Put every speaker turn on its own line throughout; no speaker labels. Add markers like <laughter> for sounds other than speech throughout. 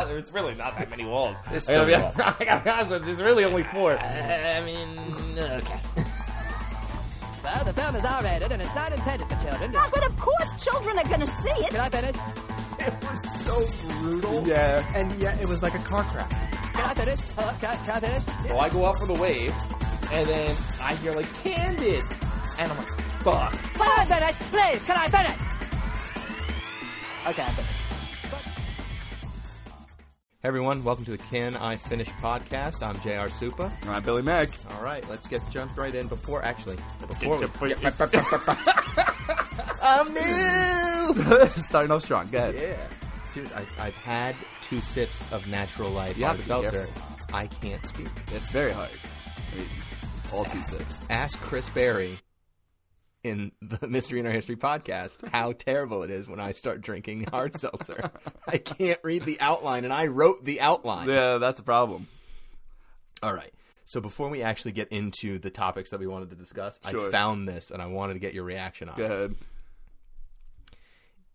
It's really not that many walls.
There's
I gotta, be,
some walls.
<laughs> I gotta be honest with you, there's really only four.
I mean, okay.
Well, the film is R-rated and it's not intended for children.
Oh, but of course children are going to see it.
Can I finish?
It was so brutal.
Yeah.
And yet it was like a car crash.
Can I finish? Hello, can I, can I finish?
Well, I go out for the wave, and then I hear like Candace, and I'm like, fuck.
Can I finish? Please, can I finish? Okay, I finished.
Hey everyone, welcome to the Can I Finish podcast. I'm JR Supa.
Right, Billy <laughs> Mack.
All right, let's get jumped right in before actually before we-
I'm new. Starting off strong. Go ahead.
yeah, dude, I, I've had two sips of natural light
You have
hard
to be
seltzer. I can't speak.
It's very hard. I mean, all two sips.
Ask Chris Berry in the <laughs> Mystery in Our History podcast how terrible it is when I start drinking <laughs> hard seltzer. I can't read the outline, and I wrote the outline.
Yeah, that's a problem.
All right. So before we actually get into the topics that we wanted to discuss, I
Sure.
found this and I wanted to get your reaction on.
Go
it.
ahead.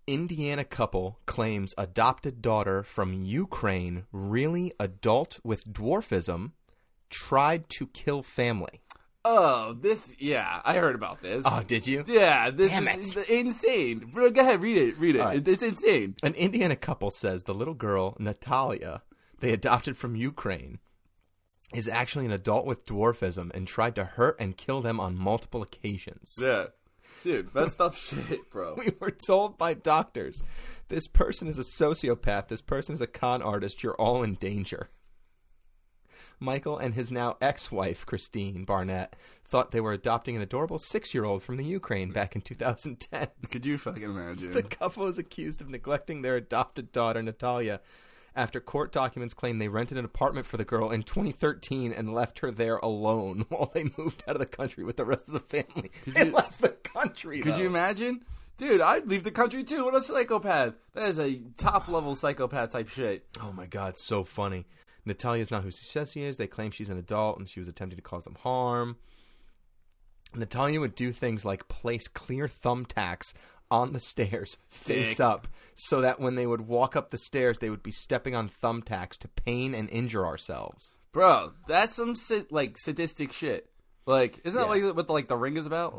Indiana couple claims adopted daughter from Ukraine really adult with dwarfism tried to kill family.
Oh, this. Yeah, I heard about this.
Oh, did you?
yeah, this
Damn
is insane. Bro, go ahead, read it. Read it.
All right.
It's insane.
An Indiana couple says the little girl, Natalia, they adopted from Ukraine, is actually an adult with dwarfism and tried to hurt and kill them on multiple occasions.
Yeah, dude, messed up <laughs> shit, bro.
<laughs> we were told by doctors this person is a sociopath this person is a con artist you're all in danger michael and his now ex-wife christine barnett thought they were adopting an adorable six-year-old from the ukraine back in 2010
Could you fucking imagine?
<laughs> the couple is accused of neglecting their adopted daughter natalia after court documents claim they rented an apartment for the girl in 2013 and left her there alone <laughs> while they moved out of the country with the rest of the family. they
you-
left the country.
Could you
though.
imagine? Dude, I'd leave the country too. What a psychopath. That is a top level psychopath type shit.
Oh my god, so funny. Natalia's not who she says she is. They claim she's an adult and she was attempting to cause them harm. Natalia would do things like place clear thumbtacks on the stairs face
Dick.
up so that when they would walk up the stairs they would be stepping on thumbtacks to pain and injure ourselves.
Bro, that's some si- like sadistic shit. Like, isn't that like what like the ring is about? <laughs>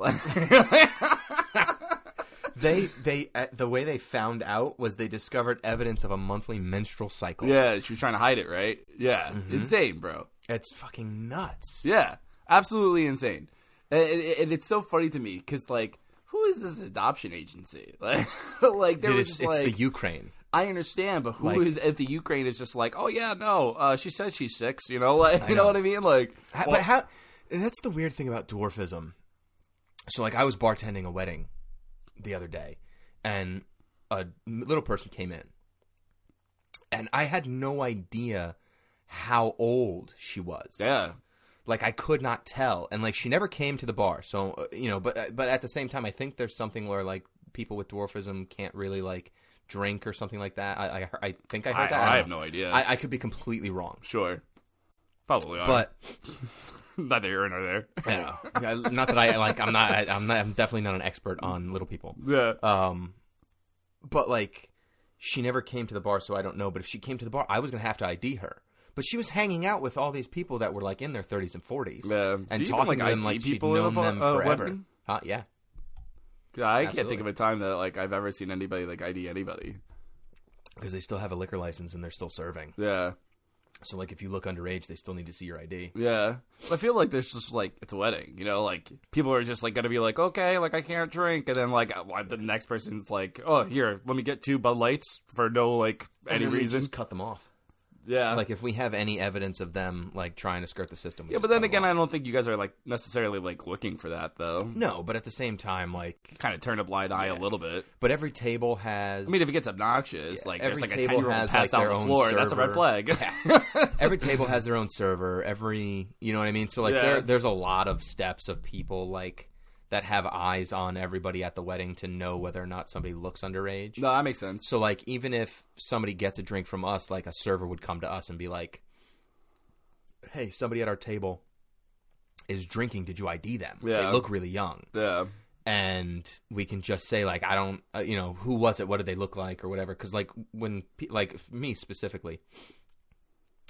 They they uh, the way they found out was they discovered evidence of a monthly menstrual cycle.
yeah, she was trying to hide it, right? Yeah.
Mm-hmm.
Insane, bro.
It's fucking nuts.
Yeah. Absolutely insane. And, and- and it's so funny to me cuz like who is this adoption agency? <laughs> Like like there
Dude,
was
it's,
just
it's
like
the Ukraine.
I understand, but who is
Like-
at the Ukraine is just like, "Oh yeah, no. Uh, she said she's 6, you know? <laughs> Like, you know. what I mean? Like
How, but how? That's the weird thing about dwarfism. So, like, I was bartending a wedding the other day, and a little person came in, and I had no idea how old she was.
yeah.
Like, I could not tell, and like, she never came to the bar. So, uh, you know, but but at the same time, I think there's something where like people with dwarfism can't really like drink or something like that. I I, I think I heard
I-
that.
I
don't
have
know.
no idea.
I, I could be completely wrong,
Sure. Probably are.
but.
<laughs> neither here nor there. <laughs>
I <laughs> don't know. not that I like. I'm not. I, I'm not. I'm definitely not an expert on little people.
Yeah.
Um, but like, she never came to the bar, so I don't know. But if she came to the bar, I was gonna have to ID her. But she was hanging out with all these people that were like in their 30s and 40s,
Yeah. Do
and
you even,
talking
like,
to them
ID
like she'd
people in a
known
bar-
them
uh,
forever.
weapon?
Huh? Yeah.
Yeah, I can't
Absolutely.
think of a time that like I've ever seen anybody like ID anybody.
Because they still have a liquor license and they're still serving.
Yeah,
So like, if you look underage, they still need to see your ID.
yeah. I feel like there's just like it's a wedding, you know. Like people are just like gonna be like, okay, like I can't drink, and then like why- the next person's like, oh, here, let me get two Bud Lights for no like any
And then they
reason.
just cut them off.
Yeah,
Like if we have any evidence of them like trying to skirt the system. we
yeah.
just
But
cut
then
'em
again,
off.
I don't think you guys are like necessarily like looking for that though.
no. But at the same time, like,
Kind of turn a blind eye a little bit.
but every table has.
I mean, if it gets obnoxious,
Yeah,
like
every
there's like a
table
ten year old
has,
passed
like,
out
their
on the
own
floor, that's a red
server.
flag.
every table has their own server every you know what i mean so like
Yeah.
there, there's a lot of steps of people like that have eyes on everybody at the wedding to know whether or not somebody looks
<laughs>
underage
no, that makes sense.
so like even if somebody gets a drink from us like a server would come to us and be like hey somebody at our table is drinking did you id them
Yeah.
they look really young
Yeah.
and we can just say like i don't uh, you know who was it what did they look like or whatever because like when pe- like me specifically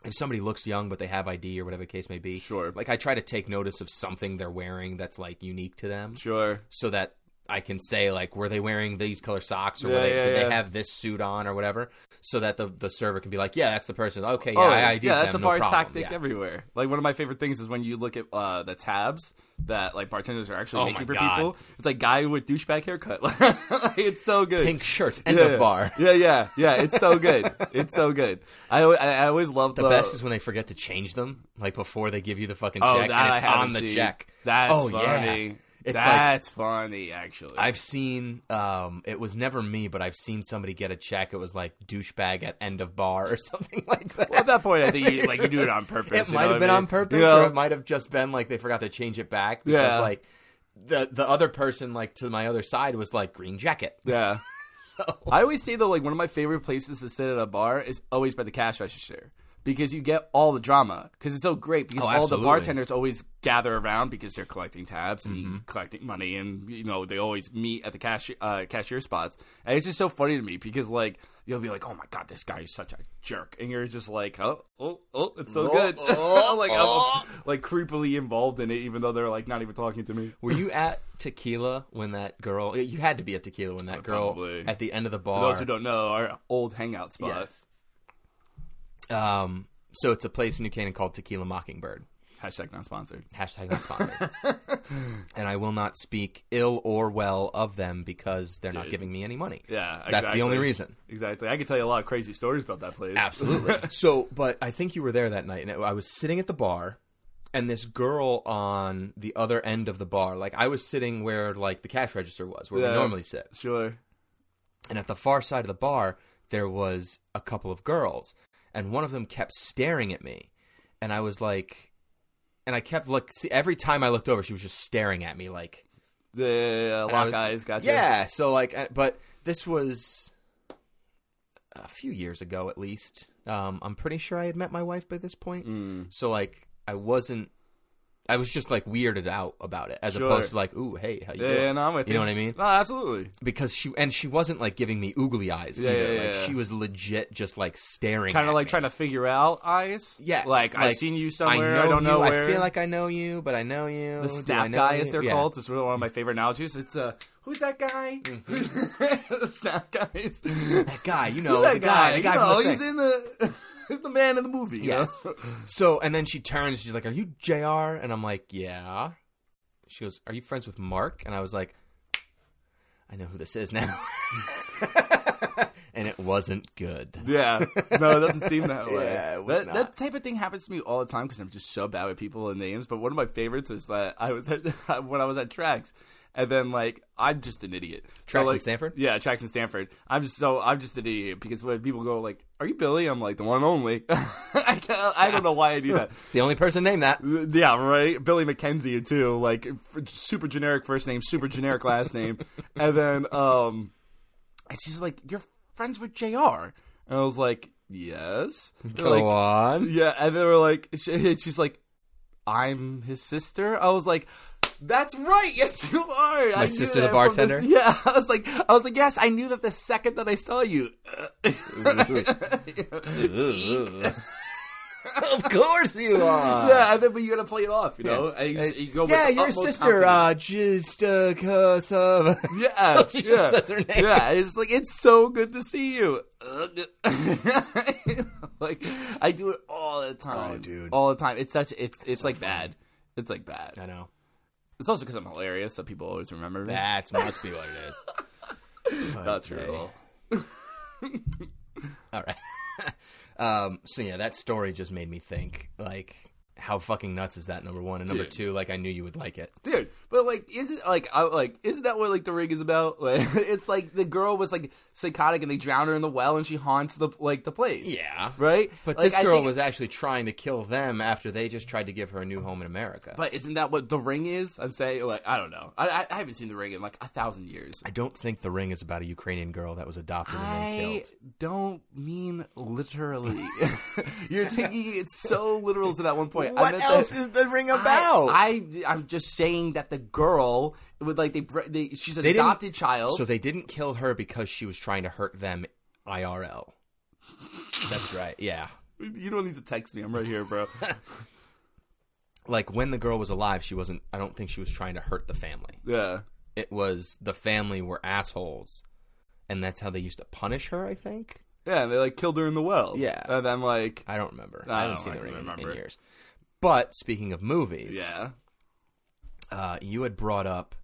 if somebody looks young but they have id or whatever the case may be
Sure.
like i try to take notice of something they're wearing that's like unique to them
Sure.
so that I can say like, were they wearing these color socks, or
Yeah,
were they,
yeah,
did
yeah.
they have this suit on, or whatever, so that the the server can be like, yeah, that's the person. Okay, yeah,
Oh,
I
it's-
ID'd
yeah, that's a
them, no
bar
problem.
tactic
Yeah.
everywhere. Like one of my favorite things is when you look at uh, the tabs that like bartenders are actually
Oh
making
my
for
God.
people. It's like guy with douchebag haircut. <laughs> Like, it's so good.
Pink shirts, end
yeah.
of bar.
Yeah, yeah, yeah. It's so good. it's so good. I, al- I, I always love the,
The best is when they forget to change them, like before they give you the fucking check,
oh,
and
that I
it's
haven't
on the
seen.
check.
That's
oh
funny.
yeah, it's like
that's funny actually.
I've seen. Um, it was never me, but I've seen somebody get a check. It was like douchebag at end of bar or <laughs> something like that.
well,
<laughs>
at that point, I think you, like you do it on purpose.
It
you know
might
what
have
I
been
mean?
on purpose,
You know?
or it might have just been like they forgot to change it back because
Yeah.
like the the other person like to my other side was like green jacket. <laughs>
Yeah. I always say though, like one of my favorite places to sit at a bar is always by the cash register because you get all the drama because it's so great because
Oh,
all the
absolutely.
bartenders always gather around because they're collecting tabs and
Mm-hmm.
collecting money and you know they always meet at the cash uh, cashier spots and it's just so funny to me because like you'll be like oh my god this guy is such a jerk and you're just like oh oh oh it's so good
Oh,
<laughs> like I'm like creepily involved in it even though they're like not even talking to me
Were you at Tequila when that girl? You had to be at Tequila when that girl
Oh, Probably.
at the end of the
For
bar.
those who don't know our old hangout spot
Yes. Um, so it's a place in New Canaan called Tequila Mockingbird.
hashtag not sponsored
Hashtag not sponsored.
<laughs>
and I will not speak ill or well of them because they're not
Dude.
giving me any money.
Yeah,
that's the only
exactly.
reason.
Exactly. I could tell you a lot of crazy stories about that place. <laughs>
Absolutely. so, but I think you were there that night, and I was sitting at the bar, and this girl on the other end of the bar, like I was sitting where like the cash register was, where
Yeah.
we normally sit,
Sure.
and at the far side of the bar there was a couple of girls, and one of them kept staring at me, and I was like, and I kept look see every time I looked over, she was just staring at me like
The uh,
and I
lock
was-
eyes. Gotcha.
Yeah. So like, uh, but this was a few years ago, at least. Um, I'm pretty sure I had met my wife by this point.
Mm.
So like, I wasn't. I was just like weirded out about it, as
Sure.
opposed to like, ooh, hey, how you
Yeah,
doing?
and I'm with you.
You know what I mean?
No, absolutely.
Because she and she wasn't like giving me oogly eyes
Yeah,
either.
yeah,
like,
yeah.
She was legit, just like staring.
Kind
at
of like
me.
trying to figure out eyes.
Yes,
Like, I've seen you somewhere. I,
know
don't know
you,
where.
I feel like I know you, but I know you.
the
Do I
snap
know
guy,
you?
as they're
Yeah.
called, is really one of my favorite analogies. It's uh, <laughs> who's that guy? Who's the snap
<laughs>
guys?
Mm, That
<laughs>
guy, you know,
Who's
Oh, the guy, the guy
you
from the
know,
thing.
he's in the the <laughs> man in the movie. you know?
Yes. So, and then she turns. She's like, "Are you Jr.?" And I'm like, "Yeah." She goes, "Are you friends with Mark?" And I was like, "I know who this is now." <laughs> and it wasn't <laughs> good.
Yeah. No, it doesn't seem that way.
Yeah, it
that,
was not.
that type of thing happens to me all the time because I'm just so bad with people and names. But one of my favorites is that I was at, <laughs> when I was at Tracks. And then, like, I'm just an idiot.
Trax in
like-
Stanford?
Yeah, Tracks in Stanford. I'm just so I'm just an idiot because when people go like, "Are you Billy?" I'm like, "The one and only." <laughs> I, can't, I don't know why I do that.
The only person named that.
Yeah, right. Billy McKenzie too. Like f- super generic first name, super generic last <laughs> name, and then um, and she's like, "You're friends with Jr." And I was like, "Yes." They're
Go
like,
on.
Yeah, <laughs> and they were like, she, "She's like, I'm his sister." I was like. That's right. Yes, you are. My
sister, the bartender?
<laughs> yeah, I was like, I was like, yes, I knew that the second that I saw you.
<laughs> of course you are.
yeah, and then but you gotta play it off, you know. And you, just- you go with
yeah,
the
your
utmost
sister,
confidence.
uh, just uh, 'cause <laughs> of.
Yeah,
she just
yeah.
says her name.
Yeah, it's like it's so good to see you. Ugh. <laughs> like I do it all the time,
Oh, dude.
all the time. It's such it's it's like bad. It's like bad.
I know.
It's also because I'm hilarious, so people always remember me.
That must be what it is. <laughs>
Not true at all.
All right. um, so yeah, that story just made me think like how fucking nuts is that number one and number
Dude.
two like I knew you would like it.
dude. But like, isn't like I like isn't that what like the ring is about? <laughs> Like, it's like the girl was like psychotic, and they drown her in the well, and she haunts the like the place.
Yeah.
right.
But
Like,
this
I
girl
think-
was actually trying to kill them after they just tried to give her a new home in America.
But isn't that what the ring is? I'm saying like I don't know. I I, I haven't seen the ring in like a thousand years.
I don't think The Ring is about a Ukrainian girl that was adopted and then
I
killed.
<laughs> don't mean literally. You're taking it so literal to that one point. I
what
meant that-
else is the ring about?
I, I am just saying that the girl would like they, br- they she's an
They didn't-
adopted child.
So they didn't kill her because she was trying to hurt them IRL. That's right. Yeah.
you don't need to text me. I'm right here, bro. <laughs>
Like when the girl was alive, she wasn't I don't think she was trying to hurt the family.
yeah.
It was the family were assholes. And that's how they used to punish her, I think.
Yeah, and they like killed her in the well.
Yeah.
And then like
I don't remember.
I
I haven't
don't-
seen
I
the
can
ring in- in,
remember it.
years. But speaking of movies,
Yeah.
uh, you had brought up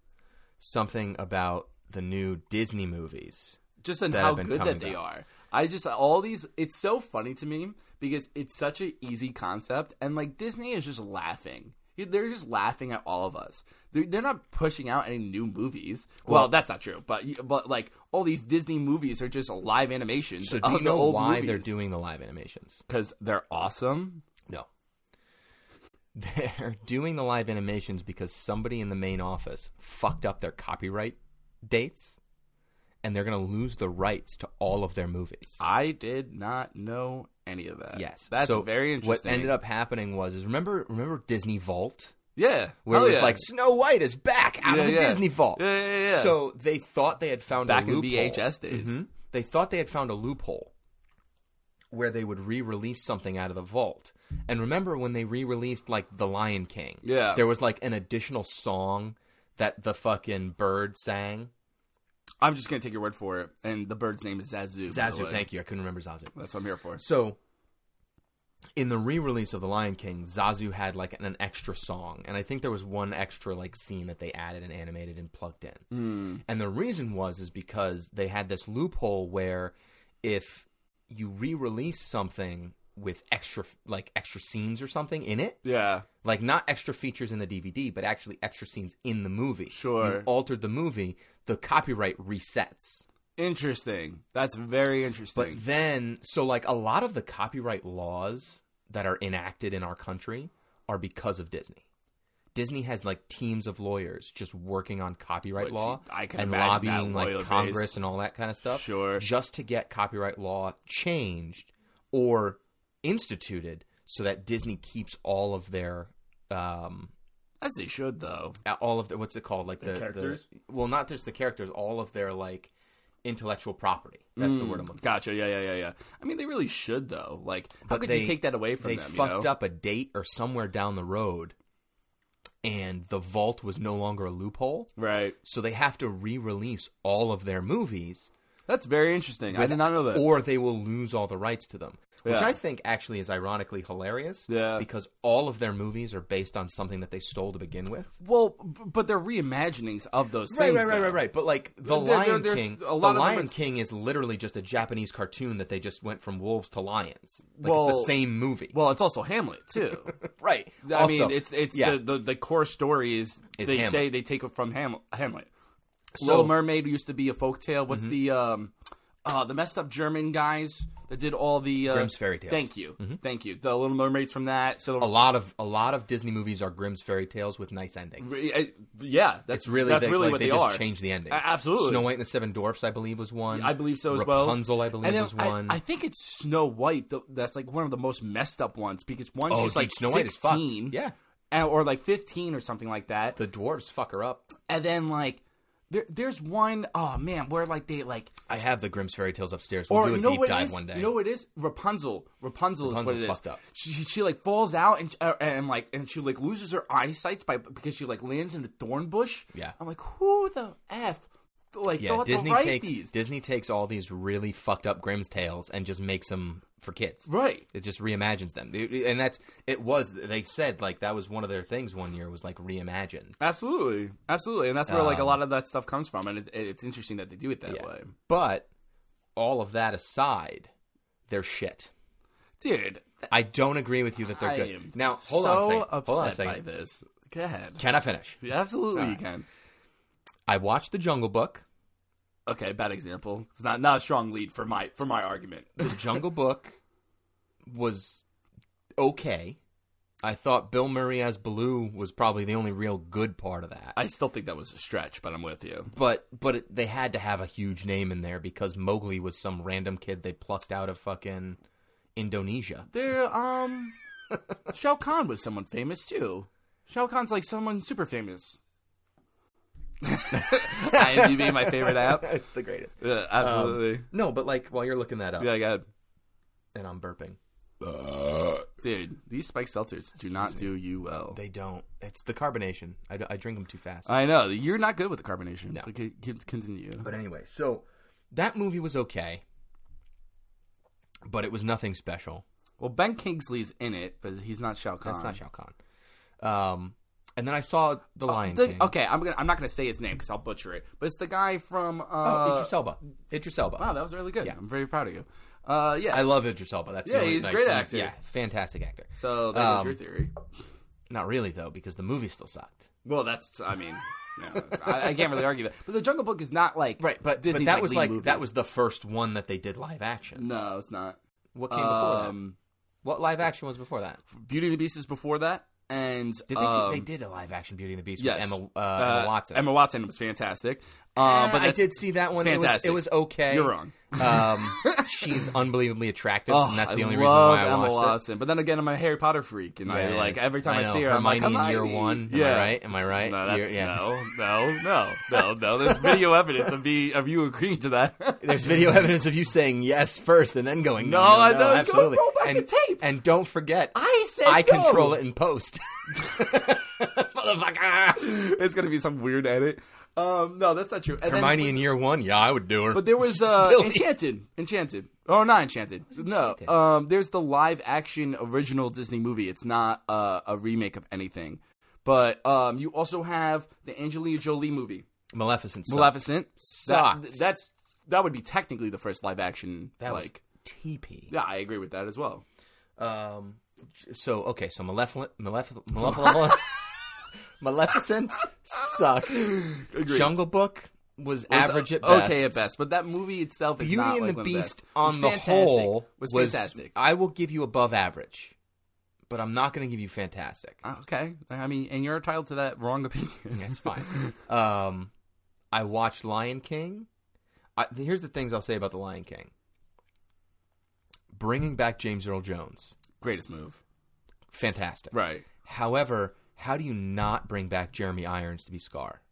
something about the new Disney movies.
Just on
that
how
have been
good
coming
that they
out.
are. I just all these it's so funny to me because it's such an easy concept and like Disney is just laughing. They're just laughing at all of us. They're, they're not pushing out any new movies. Well, that's not true, but but like all these Disney movies are just live animations.
So
of
do you
Oh, the
know
old
why
movies.
they're doing the live animations?
Because they're awesome.
No. <laughs> They're doing the live animations because somebody in the main office fucked up their copyright dates and they're going to lose the rights to all of their movies.
I did not know any of that.
Yes.
Uh, that's
So
very interesting.
What ended up happening was is remember remember Disney Vault?
yeah,
where
Hell
it was
yeah.
like Snow White is back out of
Yeah,
the
yeah.
Disney vault.
Yeah, yeah, yeah.
So they thought they had found
back
a
in
loophole.
VHS days.
Mhm. They thought they had found a loophole where they would re-release something out of the vault. And remember when they re-released like The Lion King?
Yeah.
there was like an additional song that the fucking bird sang.
I'm just gonna take your word for it. And the bird's name is Zazu. by the
Zazu,
way.
thank you. I couldn't remember Zazu.
That's what I'm here for.
So, in the re-release of The Lion King, Zazu had like an, an extra song, and I think there was one extra like scene that they added and animated and plugged in. Mm. And the reason was is because they had this loophole where if you re-release something with extra like extra scenes or something in it,
Yeah,
like not extra features in the DVD, but actually extra scenes in the movie.
Sure.
you've altered the movie, the copyright resets.
interesting. That's very interesting.
But then, so like a lot of the copyright laws that are enacted in our country are because of Disney. Disney has like teams of lawyers just working on copyright
But
law
see, I can
and
imagine that
lobbying
lawyer
like
base.
Congress and all that kind of stuff.
Sure.
Just to get copyright law changed or instituted so that Disney keeps all of their um,
As they should, though.
uh, all of the what's it called like the, the
characters?
well not just the characters all of their like intellectual property that's
Hmm.
the word i'm looking for
Gotcha. Yeah, yeah, yeah, yeah. I mean, they really should, though. Like, how could you take that away from
they
them?
fucked
you know?
up a date or somewhere down the road, and the vault was no longer a loophole,
right?
so they have to re-release all of their movies.
That's very interesting. I did not know that.
Or they will lose all the rights to them, which
Yeah.
I think actually is ironically hilarious.
Yeah.
because all of their movies are based on something that they stole to begin with.
well, b- but they're reimaginings of those
Right,
things.
right, right,
though.
right, right. But like the
There- there-
Lion
there's
King,
a
the
lot of
Lion
difference-
King is literally just a Japanese cartoon that they just went from wolves to lions. Like it's
Well-
the same movie.
Well, it's also Hamlet
<laughs>
too.
right.
I
Also-
mean, it's it's
yeah.
the, the the core story is
It's
they
Hamlet.
say they take it from Ham- Hamlet.
So- Mm-hmm.
Little Mermaid used to be a folktale. What's the um, uh, the messed up German guys that did all the uh,
Grimm's fairy tales. Mm-hmm.
Thank you, thank you. The Little Mermaid's from that. So
a lot of a lot of Disney movies are Grimm's fairy tales with nice endings.
I- yeah, that's
It's really
that's
they,
really
like,
what
they,
they,
just
are.
changed the endings.
A- absolutely.
Snow White and the Seven Dwarfs, I believe, was one.
I believe so as well.
Rapunzel, I believe,
And then
was
I-
one.
I, think it's Snow White. th- That's like one of the most messed up ones because one
oh,
she's
dude,
like
Snow White is fucked.
sixteen,
Yeah,
and- or like fifteen or something like that.
the dwarves fuck her up.
and then like there, there's one oh man where like they like
I have the Grimm's fairy tales upstairs. We'll
or
do a
you know
deep
what it
dive
is?
one day.
You know what it is? Rapunzel. Rapunzel is what
Rapunzel's
it is.
fucked up.
She, she, she, like falls out and uh, and like and she like loses her eyesight by because she like lands in a thorn bush.
Yeah.
I'm like, who the f like
yeah,
thought
Disney
to write
takes
these?
Disney takes all these really fucked up Grimm's tales and just makes them for kids.
right.
It just reimagines them, It- it- and that's it. Was they said like that was one of their things one year was like reimagine.
Absolutely, absolutely, and that's where like a lot of that stuff comes from, and it, it's interesting that they do it that
Yeah.
way,
But all of that aside, they're shit.
dude.
I don't agree with you that they're
I am
good. Now, hold
so
on a second.
upset
hold on a second.
by this. Go ahead.
Can I finish?
Yeah, absolutely, you
Alright.
can.
I watched The Jungle Book.
Okay, bad example. It's not not a strong lead for my for my argument.
The Jungle Book was okay. I thought Bill Murray as Baloo was probably the only real good part of that.
<laughs> I still think that was a stretch, but I'm with you.
but but it, they had to have a huge name in there because Mowgli was some random kid they plucked out of fucking Indonesia.
They're um <laughs> Shao Kahn was someone famous too. Shao Kahn's like someone super <laughs> famous. IMDb, my favorite <laughs> app.
<laughs> it's the greatest.
Yeah, absolutely.
No, but like while you're looking that up,
yeah, I got
and I'm burping.
dude. These spiked seltzers do not do you well.
They don't. It's the carbonation. I, d- I drink them too fast.
I know you're not good with the carbonation.
No.
But c- c- continue.
But anyway, so that movie was okay, but it was nothing special.
Well, Ben Kingsley's in it, but he's not Shao Kahn.
That's not Shao Kahn. Um, and then I saw The Lion
Uh, The-
King.
okay, I'm gonna, I'm not gonna say his name because I'll butcher it. But it's the guy from. Uh,
Oh, Idris Elba. Idris Elba.
wow, that was really good.
Yeah.
I'm very proud of you. Uh, yeah.
I love Idris Elba. That's the
Yeah,
only-
he's a great actor.
Yeah, fantastic actor.
so that was
um,
your theory.
Not really though, because the movie still sucked.
Well, that's. I mean, no, that's- I, I can't really argue that. But the Jungle Book is not like
Right, but,
Disney's
but that was
lead
like
movie.
that was the first one that they did live action.
no, it's not.
What came before
Um,
that? What live action was before that?
Beauty and the Beast is before that, and
Did they,
um,
do, they did a live action Beauty and the Beast
Yes,
with Emma, uh, Emma Watson.
Emma Watson was fantastic. Uh,
Uh,
but
I
that's-
did see that
it's
one. It was,
fantastic.
it was okay.
You're wrong. <laughs>
Um, she's unbelievably attractive,
Oh,
and that's the
I
only reason
love
why I
Emma
watched it.
Watson. But then again, I'm a Harry Potter freak, and I
Yeah,
like
yeah.
every time I,
know.
see her,
Hermione
I'm like,
in year
Hermione.
one.
Yeah.
Am I right? Am I right?
No, that's,
Year- yeah.
no, no, no, no, no. There's
<laughs>
video evidence of me of you agreeing to that.
There's video <laughs> evidence of you saying yes first and then going no,
No, I
no,
don't. Go-
absolutely.
roll back
and,
the tape.
and don't forget,
<laughs> I said
I
go.
control it in post.
<laughs> Motherfucker, it's gonna be some weird edit. Um, no, that's not true. And then-
Hermione in year one, yeah, I would do her.
But there
<laughs>
was uh,
Billy.
Enchanted, Enchanted, oh not Enchanted. No, um, there's the live action original Disney movie. It's not uh, a remake of anything. But um, you also have the Angelina Jolie movie,
Maleficent. sucked.
Maleficent.
Sucked.
That, that's that would be technically the first live action.
That was
like,
TP.
yeah, I agree with that as well.
Um, so okay, so Maleficent, Maleficent, Maleficent,
<laughs>
Maleficent sucked. Jungle Book was, average at best.
uh, okay at best. But that movie itself is
Beauty
not
and
like
the
one of
Beast
best.
on
It
the
was fantastic.
whole
was fantastic.
I will give you above average, but I'm not going to give you
<laughs>
fantastic.
Uh, okay, I mean, and you're entitled to that wrong <laughs> opinion.
That's <laughs> fine. um, I watched Lion King. I, here's the things I'll say about the Lion King. Bringing back James Earl Jones,
Greatest move,
fantastic.
right?
However, how do you not bring back Jeremy Irons to be Scar?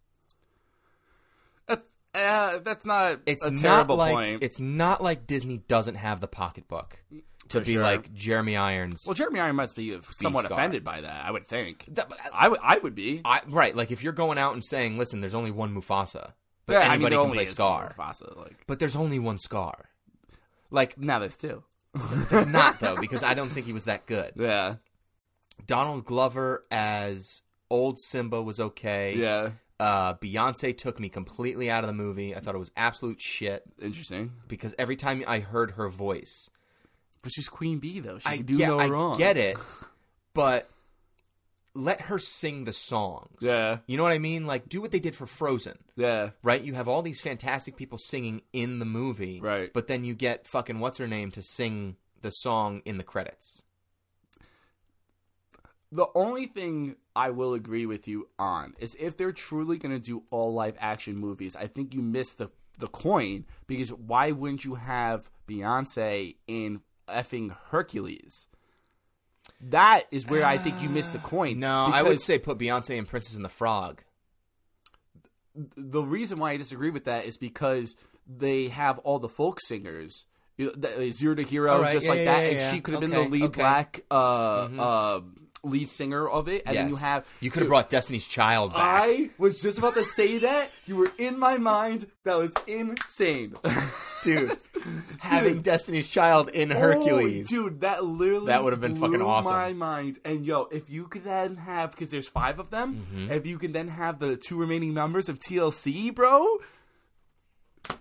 That's uh, that's not
It's
a
not
terrible
like
point. Mm,
it's not like Disney doesn't have the pocketbook to
For
be
sure.
like Jeremy Irons.
well, Jeremy Irons must be somewhat
Scar.
offended by that. I would think.
That-
I would. I would be.
I, right, like if you're going out and saying, "Listen, there's only one Mufasa, but
Yeah, I mean, there
anybody can
only
play
is
Scar,
Mufasa, like
but there's only one Scar." Like
now there's two.
there's not though, because I don't think he was that good.
<laughs> Yeah.
Donald Glover as old Simba was okay.
Yeah.
Uh, Beyonce took me completely out of the movie. I thought it was absolute shit
Interesting.
because every time I heard her voice,
But she's Queen Bee though. She
I
can do
get,
no
I
wrong. <laughs>
get it, but let her sing the songs.
Yeah.
You know what I mean? Like, do what they did for Frozen,
Yeah.
right? You have all these fantastic people singing in the movie,
Right.
But then you get fucking what's her name to sing the song in the credits.
The only thing I will agree with you on is if they're truly going to do all live action movies, I think you missed the the coin because why wouldn't you have Beyonce in effing Hercules? That is where I think you missed the coin.
Uh, No, I would
because
say put Beyonce and Princess and the Frog.
the reason why I disagree with that is because they have all the folk singers. You know, the- uh, Zero to Hero,
All right,
just
yeah,
like
yeah,
that,
yeah,
and
yeah.
she could have been
Okay,
the lead
okay. Mm-hmm.
black uh, uh, lead singer of it. And then you
Yes.
have
you could have
Dude,
brought Destiny's Child back.
I was just about to say that. You were in my mind. That was insane.
<laughs> dude. Having Destiny's Child in <laughs> Hercules.
Oh, dude, that literally
That would've been
blew
fucking awesome.
My mind. And yo, if you could then have because there's five of them,
Mm-hmm.
if you can then have the two remaining members of TLC, bro.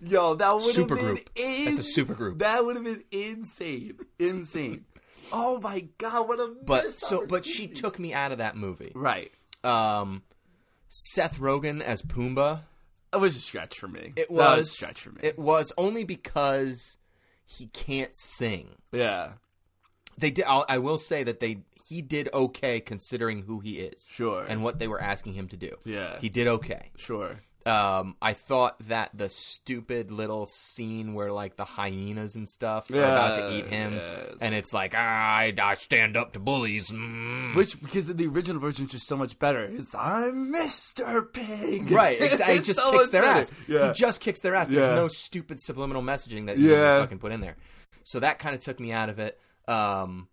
Yo, that would have been
Supergroup.
in-
That's a supergroup.
That would have been insane, insane. oh my god, what a
But
missed
so, but she
opportunity.
took me out of that movie.
right.
Um, Seth Rogen as Pumbaa.
It was a stretch for me.
It was,
that was a stretch for me.
It was only because he can't sing.
yeah,
They did. I'll, I will say that they he did okay considering who he is,
Sure.
and what they were asking him to do.
Yeah.
he did okay.
sure.
Um, I thought that the stupid little scene where like the hyenas and stuff are about to
Yeah,
eat him,
yes.
and it's like I, I stand up to bullies. Mm.
Which, because the original version is just so much better. It's, I'm Mr. Pig. <laughs>
<laughs> Right, it's, it
It's
just
so
kicks
much
their
better.
ass.
Yeah.
He just kicks their ass. There's
Yeah.
no stupid subliminal messaging that you
Yeah.
fucking put in there. So that kind of took me out of it. Um,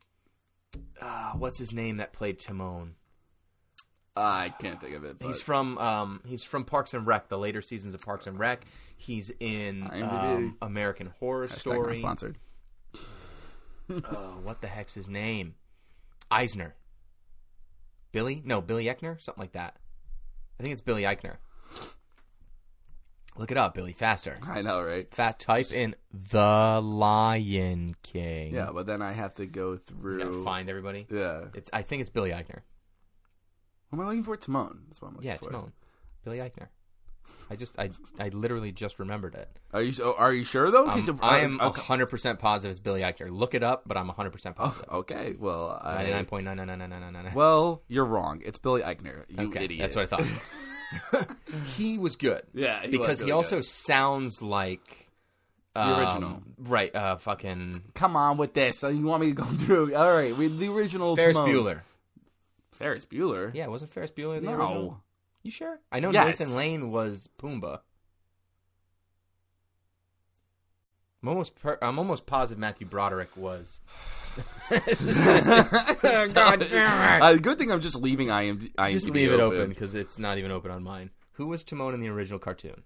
uh, what's his name that played Timon?
I can't think of it. But
He's from um, he's from Parks and Rec, the later seasons of Parks and Rec. He's in
IMDb.
um, American Horror
Hashtag not
Story.
sponsored. <laughs>
Oh, what the heck's his name? Eisner. Billy? No, Billy Eichner? Something like that. I think it's Billy Eichner. Look it up, Billy. Faster.
I know, right?
Fast. Type in The Lion King.
Yeah, but then I have to go
You
through.
gotta find everybody.
Yeah.
It's. I think it's Billy Eichner.
What am I looking for? Timon. That's what I'm looking
Yeah,
for.
Timon. Billy Eichner. I just. I. I literally just remembered it.
Are you so, are you sure though? 'Cause
Um,
if-
I am
okay.
hundred percent positive it's Billy Eichner. Look it up, but I'm hundred percent
Oh,
positive.
okay. Well,
Ninety nine
I
point nine nine nine nine nine nine.
well, you're wrong. It's Billy Eichner. You
Okay,
idiot.
That's what I thought. he was good.
<laughs> Yeah, he was
because
really
he also
good.
sounds like
The
um,
original.
right? Uh, fucking
Come on with this. You want me to go <laughs> through? All right, we the original
Ferris
Timon.
Bueller.
Ferris Bueller.
Yeah, wasn't Ferris Bueller the
No.
original? You sure? I know
Yes.
Nathan Lane was Pumbaa. I'm almost, per- I'm almost positive Matthew Broderick was.
God damn it. Uh, good thing I'm just leaving IMD, IMDb
Just leave it open because it's not even open on mine. Who was Timon in the original cartoon?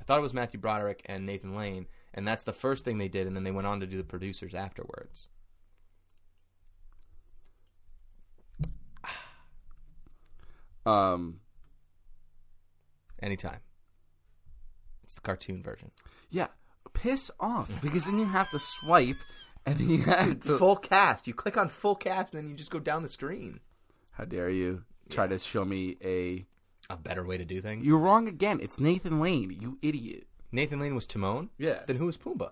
I thought it was Matthew Broderick and Nathan Lane, and that's the first thing they did, and then they went on to do the producers afterwards.
Um.
Anytime. It's the cartoon version.
Yeah. Piss off because then you have to swipe and you have to.
Full cast. You click on full cast, and then you just go down the screen.
How dare you try to show me a?
A better way to do things.
You're wrong again. It's Nathan Lane. You idiot. <laughs>
Nathan Lane was Timon.
Yeah.
Then who was Pumbaa?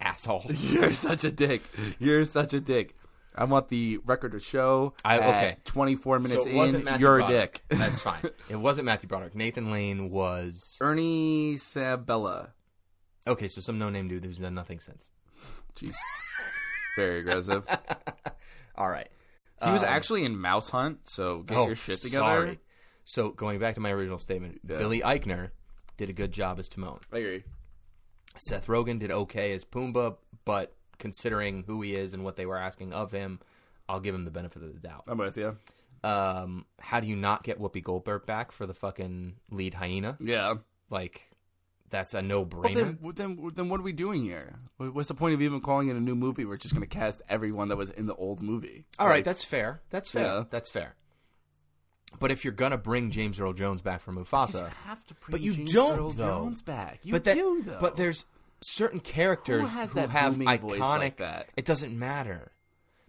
Asshole. <laughs>
You're such a dick. You're such a dick. I want the record to show.
I-
at
okay.
24 minutes
So it wasn't
in,
Matthew
you're a
Broderick.
dick.
<laughs> That's fine. It wasn't Matthew Broderick. Nathan Lane was
Ernie Sabella.
okay. So some no-name dude who's done nothing since.
Jeez. Very aggressive.
All right.
He was actually in Mouse Hunt, so get your shit together.
Um, oh, Sorry. So going back to my original statement,
Yeah.
Billy Eichner did a good job as Timon.
I agree.
Seth Rogen did okay as Pumbaa, but considering who he is and what they were asking of him, I'll give him the benefit of the doubt.
I'm with you.
Um, how do you not get Whoopi Goldberg back for the fucking lead hyena?
Yeah.
Like, that's a no-brainer.
Well, then, well, then, then what are we doing here? Wha- What's the point of even calling it a new movie? We're just going to cast everyone that was in the old movie.
All right, that's fair. That's fair.
Yeah.
That's fair. But if you're gonna bring James Earl Jones back for Mufasa,
have to bring
but you
James
don't
Earl
though.
Jones back. You
but that-
do, though.
But there's certain characters
Who has
who
that
have
booming
iconic.
voice like that?
It doesn't matter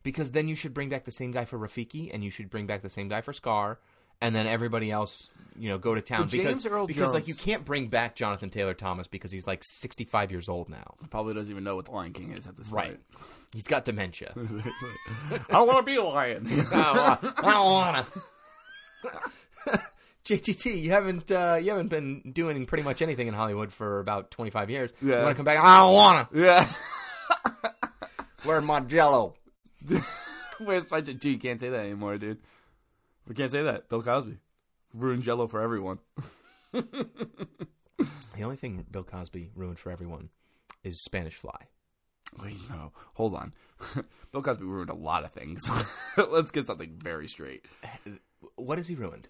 because then you should bring back the same guy for Rafiki, and you should bring back the same guy for Scar, and then everybody else, you know, go to town
But
because
James Earl
because like
Jones-
you can't bring back Jonathan Taylor Thomas because he's like 65 years old now.
probably doesn't even know what the Lion King is at this
Right. <laughs> He's got dementia.
point. I don't want to be a lion.
I don't wanna. <laughs> JTT, you haven't uh, you haven't been doing pretty much anything in Hollywood for about twenty five years. You
Yeah.
want to come back? I don't wanna.
<laughs> yeah. <laughs>
Where my Jello?
Where's my dude? You can't say that anymore, dude. We can't say that. Bill Cosby ruined Jello for everyone. <laughs>
The only thing Bill Cosby ruined for everyone is Spanish Fly.
Wait, no, hold on. <laughs> Bill Cosby ruined a lot of things. <laughs> Let's get something very straight. <laughs>
What has he ruined?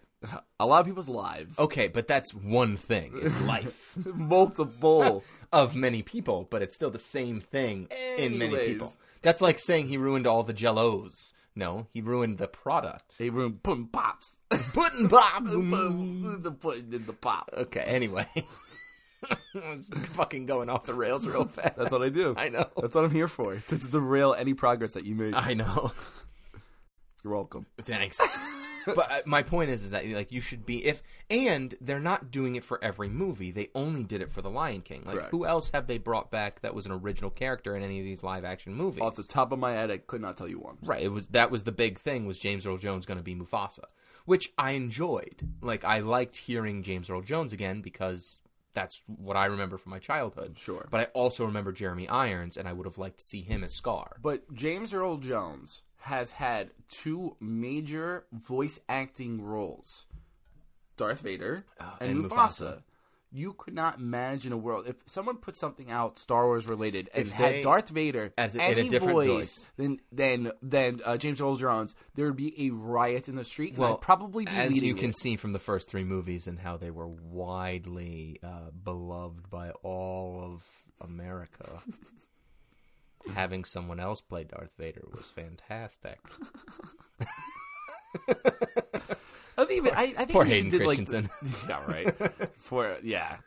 A lot of people's lives,
Okay, but that's one thing. It's life
<laughs> multiple.
of many people, but it's still the same thing in many
Anyways.
people. That's like saying he ruined all the Jellos. No, he ruined the product.
they ruined putting pops, <laughs>
Pudding Bob.
the pudding in the pop.
Okay, anyway. <laughs> I was fucking going off the rails <laughs> real fast.
That's what I do.
I know.
That's what I'm here for. To to derail any progress that you make.
I know.
You're welcome.
<laughs> Thanks. but uh, my point is, is that like you should be if and they're not doing it for every movie. They only did it for The Lion King. Like
Correct.
who else have they brought back that was an original character in any of these live action
<laughs>
movies?
Off the top of my head, I could not tell you one.
Right. It was that was the big thing was James Earl Jones going to be Mufasa, which I enjoyed. Like I liked hearing James Earl Jones again because that's what I remember from my childhood.
Sure.
But I also remember Jeremy Irons, and I would have liked to see him as Scar.
But James Earl Jones has had two major voice acting roles Darth Vader and,
Uh, and
Mufasa. You could not imagine a world if someone put something out Star Wars related and
If they-
had Darth Vader
as- in a
any
different
voice,
voice.
than than than uh, James Earl Jones, there would be a riot in the street. and I'd probably be
as
leading
you can
it.
see from the first three movies and how they were widely uh, beloved by all of
<laughs>
America. Having someone else play Darth Vader was fantastic.
I think even I, I think
Poor
he
Hayden
did, like,
Christensen.
<laughs> yeah, right. For yeah,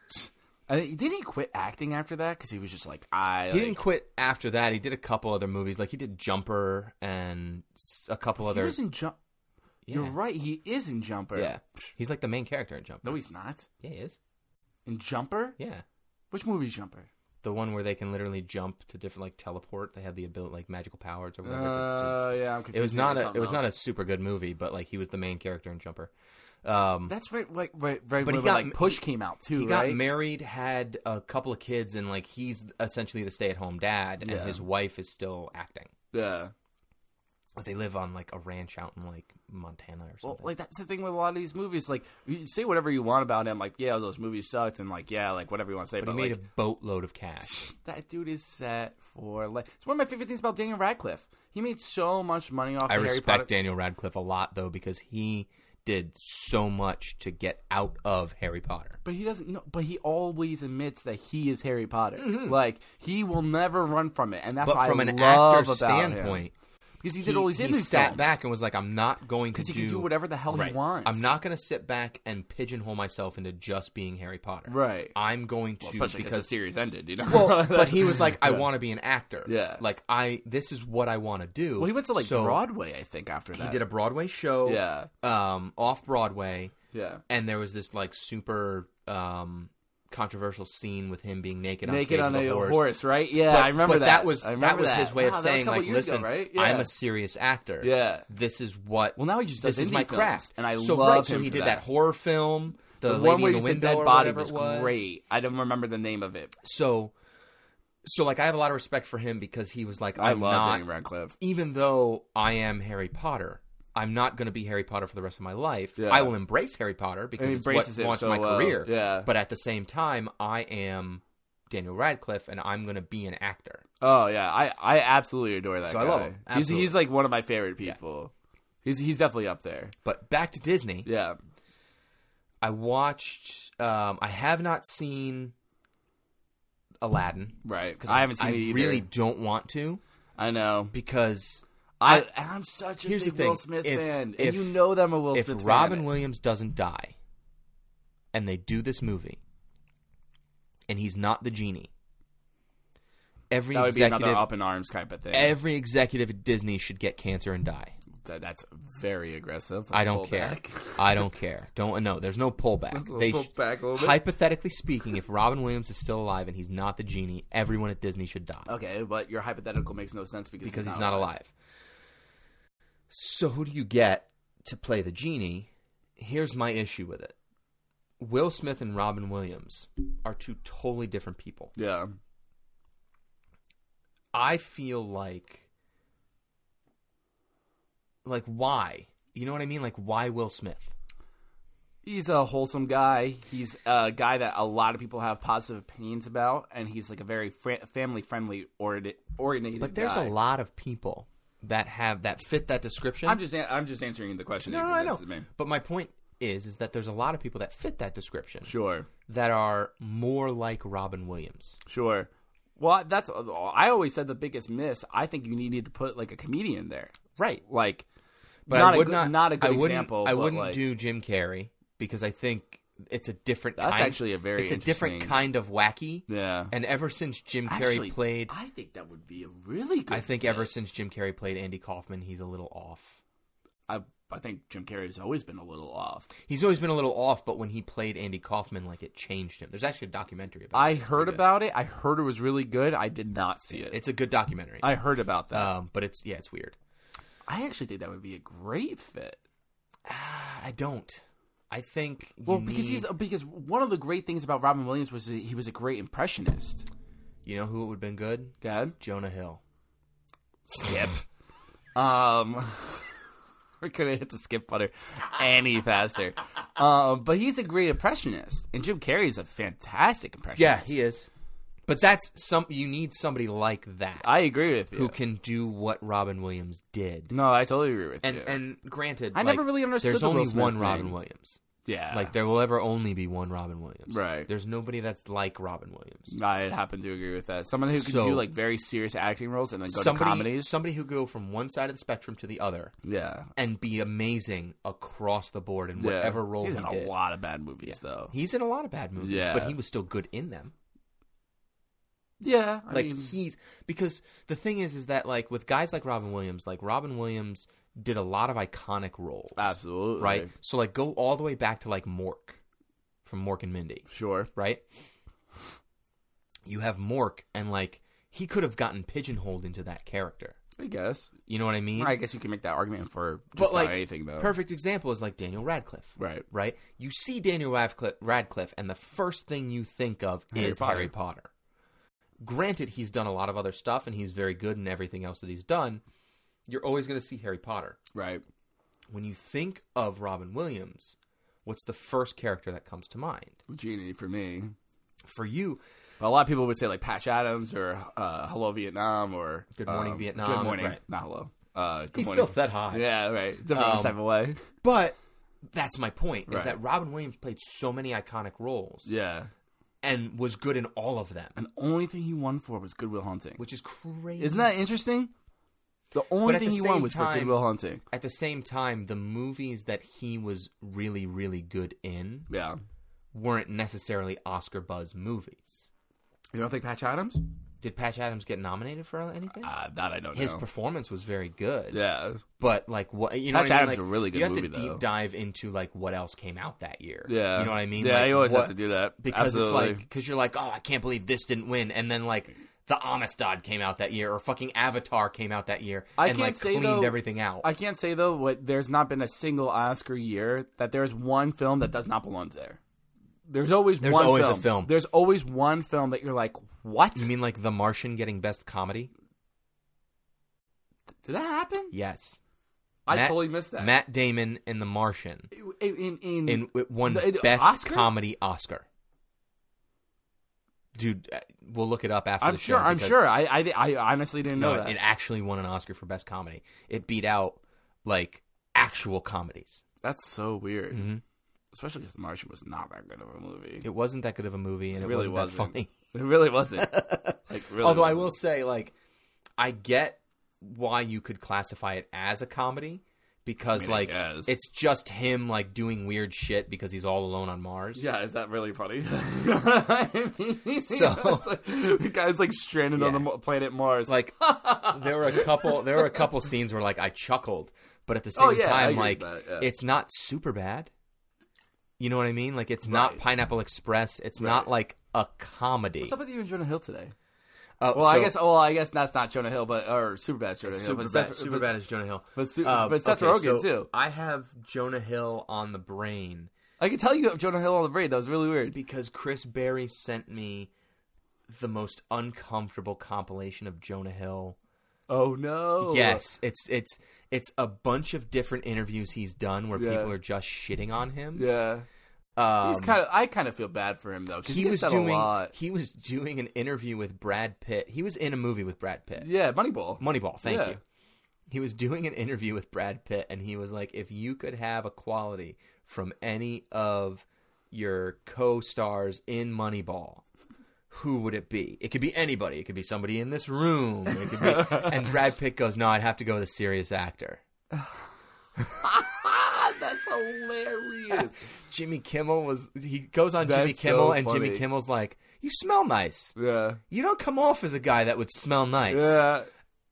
I think- did he quit acting after that? Because he was just like I.
He
like-
didn't quit after that. He did a couple other movies, like he did Jumper and s- a couple
He
other.
was in Jump. You're right. He is in Jumper.
Yeah, he's like the main character in Jumper.
No, he's not.
Yeah, he is.
In Jumper?
Yeah,
Which movie is Jumper?
the one where they can literally jump to different, like teleport. They have the ability, like magical powers or whatever. to- to-
Uh, yeah. I'm
it was not a. It was not a super good movie, but like he was the main character in Jumper. Um,
That's right. Like right. Right. But
But he
when,
got
like
m-
Push came out too.
he got
right?
married, had a couple of kids, and like he's essentially the stay-at-home dad, and
Yeah.
his wife is still acting.
Yeah.
But they live on like a ranch out in like Montana or something.
Well, like that's the thing with a lot of these movies. Like, you say whatever you want about him. Like, yeah, those movies sucked, and like, yeah, like whatever you want to say.
but
But,
he made
like,
a boatload of cash.
<laughs> that dude is set for like. It's one of my favorite things about Daniel Radcliffe. He made so much money off. the
I
Harry
respect
Potter-
Daniel Radcliffe a lot though because he did so much to get out of Harry Potter.
But he doesn't know. But he always admits that he is Harry Potter. Like he will never run from it, and that's
Mm-hmm. but
what
from
I
an
love
actor
about
standpoint,
him. because he
he,
did all these
he
interviews.
sat back and was like, "I'm not going to
because
do,
he can do whatever the hell
Right.
he wants.
I'm not going to sit back and pigeonhole myself into just being Harry Potter.
Right.
I'm going to
especially because the
because
series ended. You know,
<laughs>
<laughs>
well, but he was like, "I want to be an actor.
Yeah.
like I this is what I want to do."
Well, he went to like
So
Broadway, I think. After that,
He did a Broadway show.
Yeah.
um, off Broadway.
yeah.
and there was this like super um controversial scene with him being naked on
Naked
stage
on
with
a
a
horse. right? Yeah,
But,
I remember
but
that.
was
I
that
remember
was his way of
Wow, that was a
saying
couple
like,
years
listen,
ago, right? Yeah.
I'm a serious actor.
Yeah.
this is what.
Well, now he just does
this is
indie
my
films,
craft,
and I
so,
love
right, So
him
he
for
did that.
that.
horror film, the,
the
lady
one where
in the
he's the
window
dead
or
body
whatever
was,
it was
great. I don't remember the name of it.
So, so like I have a lot of respect for him because he was like,
I
I'm
love
not,
Daniel Radcliffe.
even though I am Harry Potter, I'm not going to be Harry Potter for the rest of my life.
Yeah.
I will embrace Harry Potter because
He
it's what
embraces it
launched
so
my
well.
career.
Yeah.
But at the same time, I am Daniel Radcliffe, and I'm going to be an actor.
Oh yeah, I, I absolutely adore that.
So I
guy.
love him.
He's
Absolutely.
he's like one of my favorite people. He's he's definitely up there.
But back to Disney,
Yeah,
I watched. Um, I have not seen Aladdin
right.
because
I haven't seen
I
it either.
really don't want to
I know.
because
I and I'm such a
Here's
big
the thing.
Will Smith
If-
fan,
if-
and you know that I'm a Will
if
Smith fan.
Robin Williams doesn't die and they do this movie and he's not the genie, every
that would be another
executive
up in arms type of thing.
every executive at Disney should get cancer and die.
That- that's very aggressive.
I don't
Pull
care.
back. <laughs>
I don't care. Don't no. There's no pullback.
Let's
They
pull
sh-
back a little bit.
hypothetically speaking, if Robin Williams is still alive and he's not the genie, everyone at Disney should die
Okay, but your hypothetical makes no sense because
because he's not alive. So who do you get to play the genie? Here's my issue with it. Will Smith and Robin Williams are two totally different people.
Yeah.
I feel like like why? You know what I mean? Like why Will Smith?
He's a wholesome guy. He's a guy that a lot of people have positive opinions about, and he's like a very fr- family friendly ordi- oriented.
But there's
guy.
a lot of people that have that fit that description.
I'm just an- I'm just answering the question.
no,
that
no,
you
I know.
presented to me.
But my point is is that there's a lot of people that fit that description
Sure,
that are more like Robin Williams.
sure. Well, that's I always said the biggest miss. I think you needed to put like a comedian there,
Right.
like
But
not
I would
a good,
not,
not a good
I wouldn't,
example.
I
but,
wouldn't
like,
do Jim Carrey because I think it's a different.
That's
kind,
actually a very
It's a different
interesting-
kind of wacky.
Yeah.
And ever since Jim Carrey
Actually,
played, I,
I think that would be a really good.
think
fit.
ever since Jim Carrey played Andy Kaufman, he's a little off.
I I think Jim Carrey has always been a little off.
He's always been a little off, but when he played Andy Kaufman, like it changed him. There's actually a documentary about it.
I
It's
heard
pretty good.
about it. I heard it was really good. I did not see it.
It's a good documentary.
I heard about that.
um, but it's yeah, it's weird.
I actually think that would be a great fit.
I don't. I think you
Well, because
need-
he's because one of the great things about Robin Williams was that he was a great impressionist.
you know who it would have been good?
God,
Jonah Hill.
skip. um, <laughs> we could have hit the skip butter any faster. Um, but he's a great impressionist, and Jim Carrey's a fantastic impressionist.
is. But that's some you need somebody like that
I agree with you.
who can do what Robin Williams did.
No, I totally agree with
And
you.
and granted,
I
like,
never really understood
There's
the Will
only
Smith
one
thing.
Robin Williams.
yeah,
Like there will ever only be one Robin Williams.
Right.
There's nobody that's like Robin Williams.
I happen to agree with that. Someone who can
So-
do like very serious acting roles and then go
somebody,
to comedies.
somebody who go from one side of the spectrum to the other
yeah,
and be amazing across the board in whatever
yeah.
role
He's
he
in a
did.
lot of bad movies though.
He's in a lot of bad movies,
Yeah.
but he was still good in them.
yeah, I
like
mean,
he's because the thing is, is that like with guys like Robin Williams, like Robin Williams did a lot of iconic roles,
absolutely
right? So like go all the way back to like Mork from Mork and Mindy,
Sure.
right? You have Mork, and like he could have gotten pigeonholed into that character.
I guess.
You know what I mean?
I guess you can make that argument for just
but
about
like
anything though.
perfect example is like Daniel Radcliffe,
Right.
right? You see Daniel Radcliffe, Radcliffe and the first thing you think of
Harry
is
Potter.
Harry Potter. Granted, he's done a lot of other stuff and he's very good in everything else that he's done. You're always going to see Harry Potter.
Right.
When you think of Robin Williams, what's the first character that comes to mind?
Genie for me.
For you,
But a lot of people would say like Patch Adams or uh, Hello Vietnam or
Good Morning
um,
Vietnam,
Good morning.
right.
Not hello. Uh, good
He's
morning.
still that high.
Yeah, right. Different
Um,
type of way.
but that's my point is
Right.
that Robin Williams played so many iconic
<laughs>
roles
Yeah.
and was good in all of them,
And the only thing he won for was Goodwill Hunting.
which is crazy.
Isn't that interesting? The
But
only
at
thing
the
he won
same
was for
time-
Goodwill Hunting.
at the same time, the movies that he was really, really good in
Yeah.
weren't necessarily Oscar buzz movies.
You don't think Patch Adams?
Did Patch Adams get nominated for anything?
Uh, that I don't
His
know.
performance was very good,
yeah.
but like what you know,
Patch
what I mean?
Adams is
Like,
a really good
You have
movie,
to
though.
deep dive into like what else came out that year.
Yeah.
you know what I mean.
Yeah,
Like,
you always
what-
have to do that.
because
Absolutely.
it's like because you're like, oh, I can't believe this didn't win, and then like the Amistad came out that year, or fucking Avatar came out that year,
I
and
can't
like
say,
cleaned
though-
everything out.
I can't say though what there's not been a single Oscar year that there's one film that does not belong there. There's always
There's
one
always a
film.
film.
There's always one film that you're like, what?
you mean like The Martian getting best comedy?
Did that happen?
Yes.
I
Matt-
totally missed that.
Matt Damon in The Martian
in in, in,
in it won
the- it-
best
Oscar?
comedy Oscar. Dude, uh, we'll look it up after.
I'm
the
sure.
show
I'm
because-
sure. I, I I honestly didn't
No,
know
it-
that.
it actually won an Oscar for best comedy. It beat out like actual comedies.
That's so weird.
Mhm.
Especially because The Martian was not that good of a movie.
It wasn't that good of a movie, and it,
really
wasn't, that
wasn't.
funny.
It really wasn't.
<laughs>
like really.
Although I
wasn't.
will say, like, I get why you could classify it as a comedy because,
I mean, I
like,
guess.
it's just him like doing weird shit because he's all alone on Mars.
Yeah, is that really funny? <laughs> I mean,
So-
it's like- the guy's like stranded on the
Yeah.
mo- planet Mars.
like there were a couple there were a couple scenes where like I chuckled, but at the same
Oh, yeah, I
time
agree
like
with that, yeah.
it's not super bad. You know what I mean? Like it's not
Right.
Pineapple Express. It's not like a comedy.
what's up with you and Jonah Hill today?
Uh,
Well, I
so-
guess. Well, I guess that's not Jonah Hill, but or Superbad's Jonah Hill.
Superbad,
but Seth-
Superbad
but-
is Jonah Hill, Uh,
but Su- but Seth Rogen, too.
I have Jonah Hill on the brain
I can tell you have Jonah Hill on the brain. That was really weird.
because Chris Berry sent me the most uncomfortable compilation of Jonah Hill
Oh no.
Yes, it's it's it's a bunch of different interviews he's done where
Yeah.
people are just shitting on him.
Yeah.
Um,
He's kind of. I kind of feel bad for him though. 'cause
he
he,
was
said
doing
a lot.
he was doing an interview with Brad Pitt. He was in a movie with Brad Pitt.
Yeah, Moneyball.
Moneyball, thank
Yeah.
you. He was doing an interview with Brad Pitt and he was like if you could have a quality from any of your co-stars in Moneyball, who would it be? It could be anybody. It could be somebody in this room. It
<laughs>
could be and Brad Pitt goes, "No, I'd have to go with a serious actor."
<laughs> Ah, that's hilarious.
Jimmy Kimmel was he goes on Jimmy
That's
Kimmel
so
and Jimmy
funny.
Kimmel's like, "You smell nice.
yeah.
You don't come off as a guy that would smell nice."
Yeah.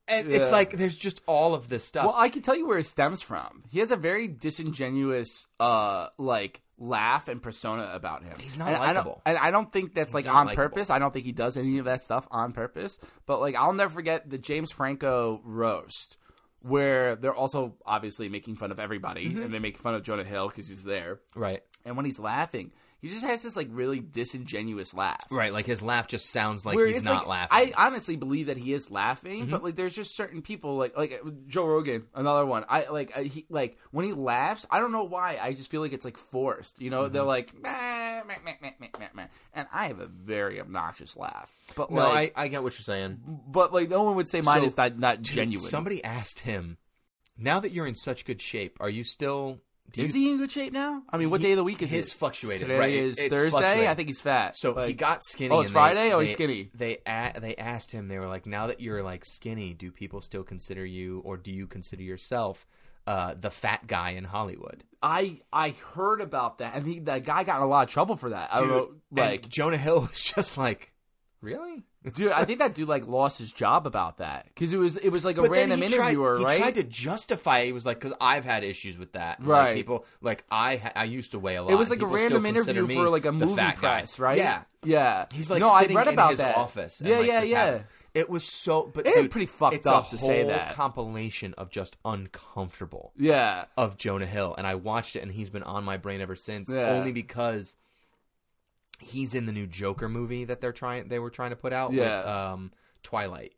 And it's like there's just all of this stuff.
Well, I can tell you where it stems from. He has a very disingenuous, uh, like laugh and persona about him.
He's not
and I don't-
likable.
and I don't think that's like
not
on
likable.
purpose. I don't think he does any of that stuff on purpose. But like, I'll never forget the James Franco roast. Where they're also obviously making fun of everybody,
Mm-hmm.
and they make fun of Jonah Hill because he's there.
right.
And when he's laughing, he just has this like really disingenuous laugh.
Right. Like his laugh just sounds like
Where
he's
it's,
not
like,
laughing.
I honestly believe that he is laughing, but like there's just certain people like like Joe Rogan, another one. I like uh, he like when he laughs, I don't know why. I just feel like it's like forced. You know, they're like meh, meh, meh, meh, meh, meh, meh. and I have a very obnoxious laugh. But
no,
like
I, I get what you're saying.
but like no one would say mine
So,
is not not genuine.
Somebody asked him, "Now that you're in such good shape, are you still?" Do
is
you,
he in good shape now? I mean, what day of the week is
his
it?
fluctuated,
Today
right?
is
It's
Thursday.
fluctuated.
I think he's fat.
So he
Like-
got skinny.
Oh, it's
and they-
Friday. oh, he's
they-
skinny.
They a- they asked him. They were like, "Now that you're like skinny, do people still consider you, or do you consider yourself uh, the fat guy in Hollywood?"
I I heard about that, and he, that guy got in a lot of trouble for that. I don't know,
and
like,
Jonah Hill <laughs> was just like, "Really?"
dude, I think that dude like lost his job about that because it was it was like a
But then
random
he tried-
interviewer,
he
right?
tried to justify. it. He was like, "Because I've had issues with that. And, Like,
Right.
people like I ha- I used to weigh a lot.
it was
and
like a
people still
random interview
consider me
for like a
the
movie
fat guy.
press, right?
Yeah.
yeah.
He's like
no, I
sitting
read
in
about
his
that.
office. and,
yeah,
like,
yeah,
this
yeah.
happened. It was so, but
It is
dude,
pretty fucked
it's
up
a
to say
whole
that.
compilation of just uncomfortable
Yeah,
of Jonah Hill, and I watched it, and he's been on my brain ever since.
Yeah.
Only because he's in the new Joker movie that they're trying, they were trying to put out
Yeah.
with um, Twilight.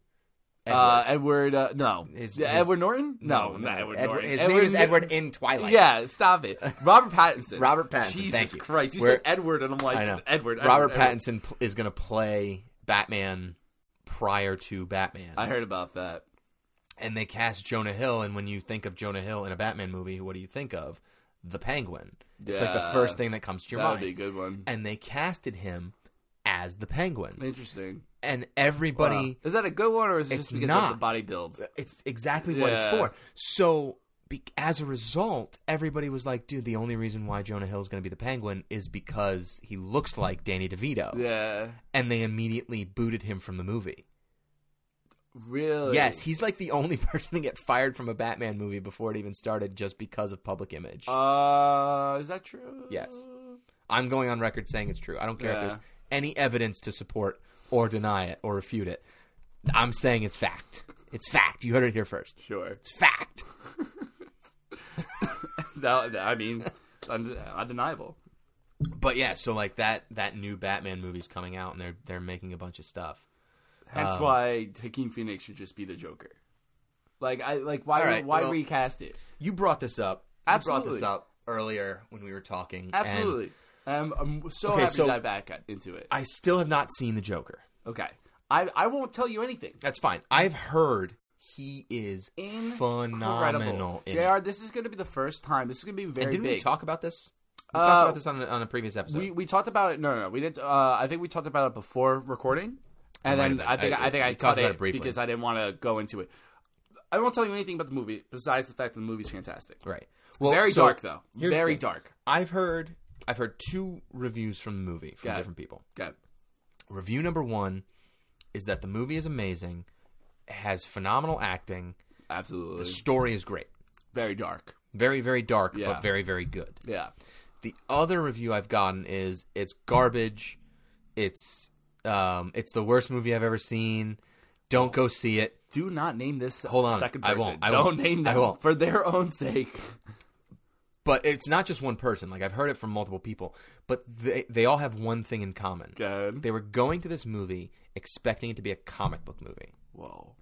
Uh, Edward. Uh, no,
His-
Yeah,
his-
Edward Norton. No, not Edward, Norton.
His name is Edward in Twilight.
Yeah, stop
<laughs>
it. Robert Pattinson.
Robert Pattinson,
Jesus
thank you.
Christ. You
We're-
said Edward, and I'm like,
I know.
Edward.
Robert
Edward, Edward.
Pattinson pl- is going to play Batman prior to Batman.
I heard about that.
and they cast Jonah Hill. And when you think of Jonah Hill in a Batman movie, what do you think of? The Penguin. It's like the
Yeah.
first thing that comes to your
That would
mind.
be a good one.
And they casted him as the Penguin,
Interesting.
and everybody.
Wow. Is that a good one, or is it
It's
just because
not.
of the body build?
It's exactly what it's
Yeah.
for. So. Be- as a result, everybody was like, "Dude, the only reason why Jonah Hill is going to be the Penguin is because he looks like Danny DeVito,"
Yeah,
and they immediately booted him from the movie.
really.
Yes, he's like the only <laughs> person to get fired from a Batman movie before it even started just because of public image.
Uh, is that true?
Yes. I'm going on record saying it's true. I don't care
Uh. Yeah.
if there's any evidence to support or deny it or refute it. I'm saying it's fact. It's fact. You heard it here first.
Sure.
It's fact.
No, no, I mean, it's un- undeniable.
But yeah, so like that that new Batman movie's coming out and they're they're making a bunch of stuff.
Hence
Um,
why Joaquin Phoenix should just be the Joker. Like I like why
All right,
why
well-
recast it?
You brought this up. You brought
Absolutely.
this up earlier when we were talking. and
Absolutely. Um, I'm so
Okay,
happy
so-
to dive back into it.
I still have not seen the Joker.
okay. I, I won't tell you anything.
That's fine. I've heard he is
Incredible.
phenomenal. in it.
JR, this is going to be the first time. This is going to be very
And didn't
big.
we talk about this? We
Uh,
talked about this on a, on a previous episode.
we, we talked about it. No, no, no. We didn't. Uh, I think we talked about it before recording, and
might have
then
been.
I think
I-
I, think
we
I
talked
cut
about
it,
it briefly.
because I didn't want to go into it. I won't tell you anything about the movie besides the fact that the movie's fantastic.
right. Well,
Very
so,
dark though.
here's the
Very
thing.
dark.
I've heard I've heard two reviews from the movie from
Got it.
different people.
Good.
Review number one is that the movie is amazing, has phenomenal acting,
Absolutely.
the story is great,
very dark.
very very dark,
Yeah.
but very very good.
Yeah.
The other review I've gotten is it's garbage. It's um it's the worst movie I've ever seen. Don't go see it.
Do not name this.
Hold on.
Second
I
person.
won't. I
Don't
won't.
name
I
them
won't.
for their own sake.
but it's not just one person. Like I've heard it from multiple people, but they they all have one thing in common.
Good.
They were going to this movie expecting it to be a comic book movie.
Whoa.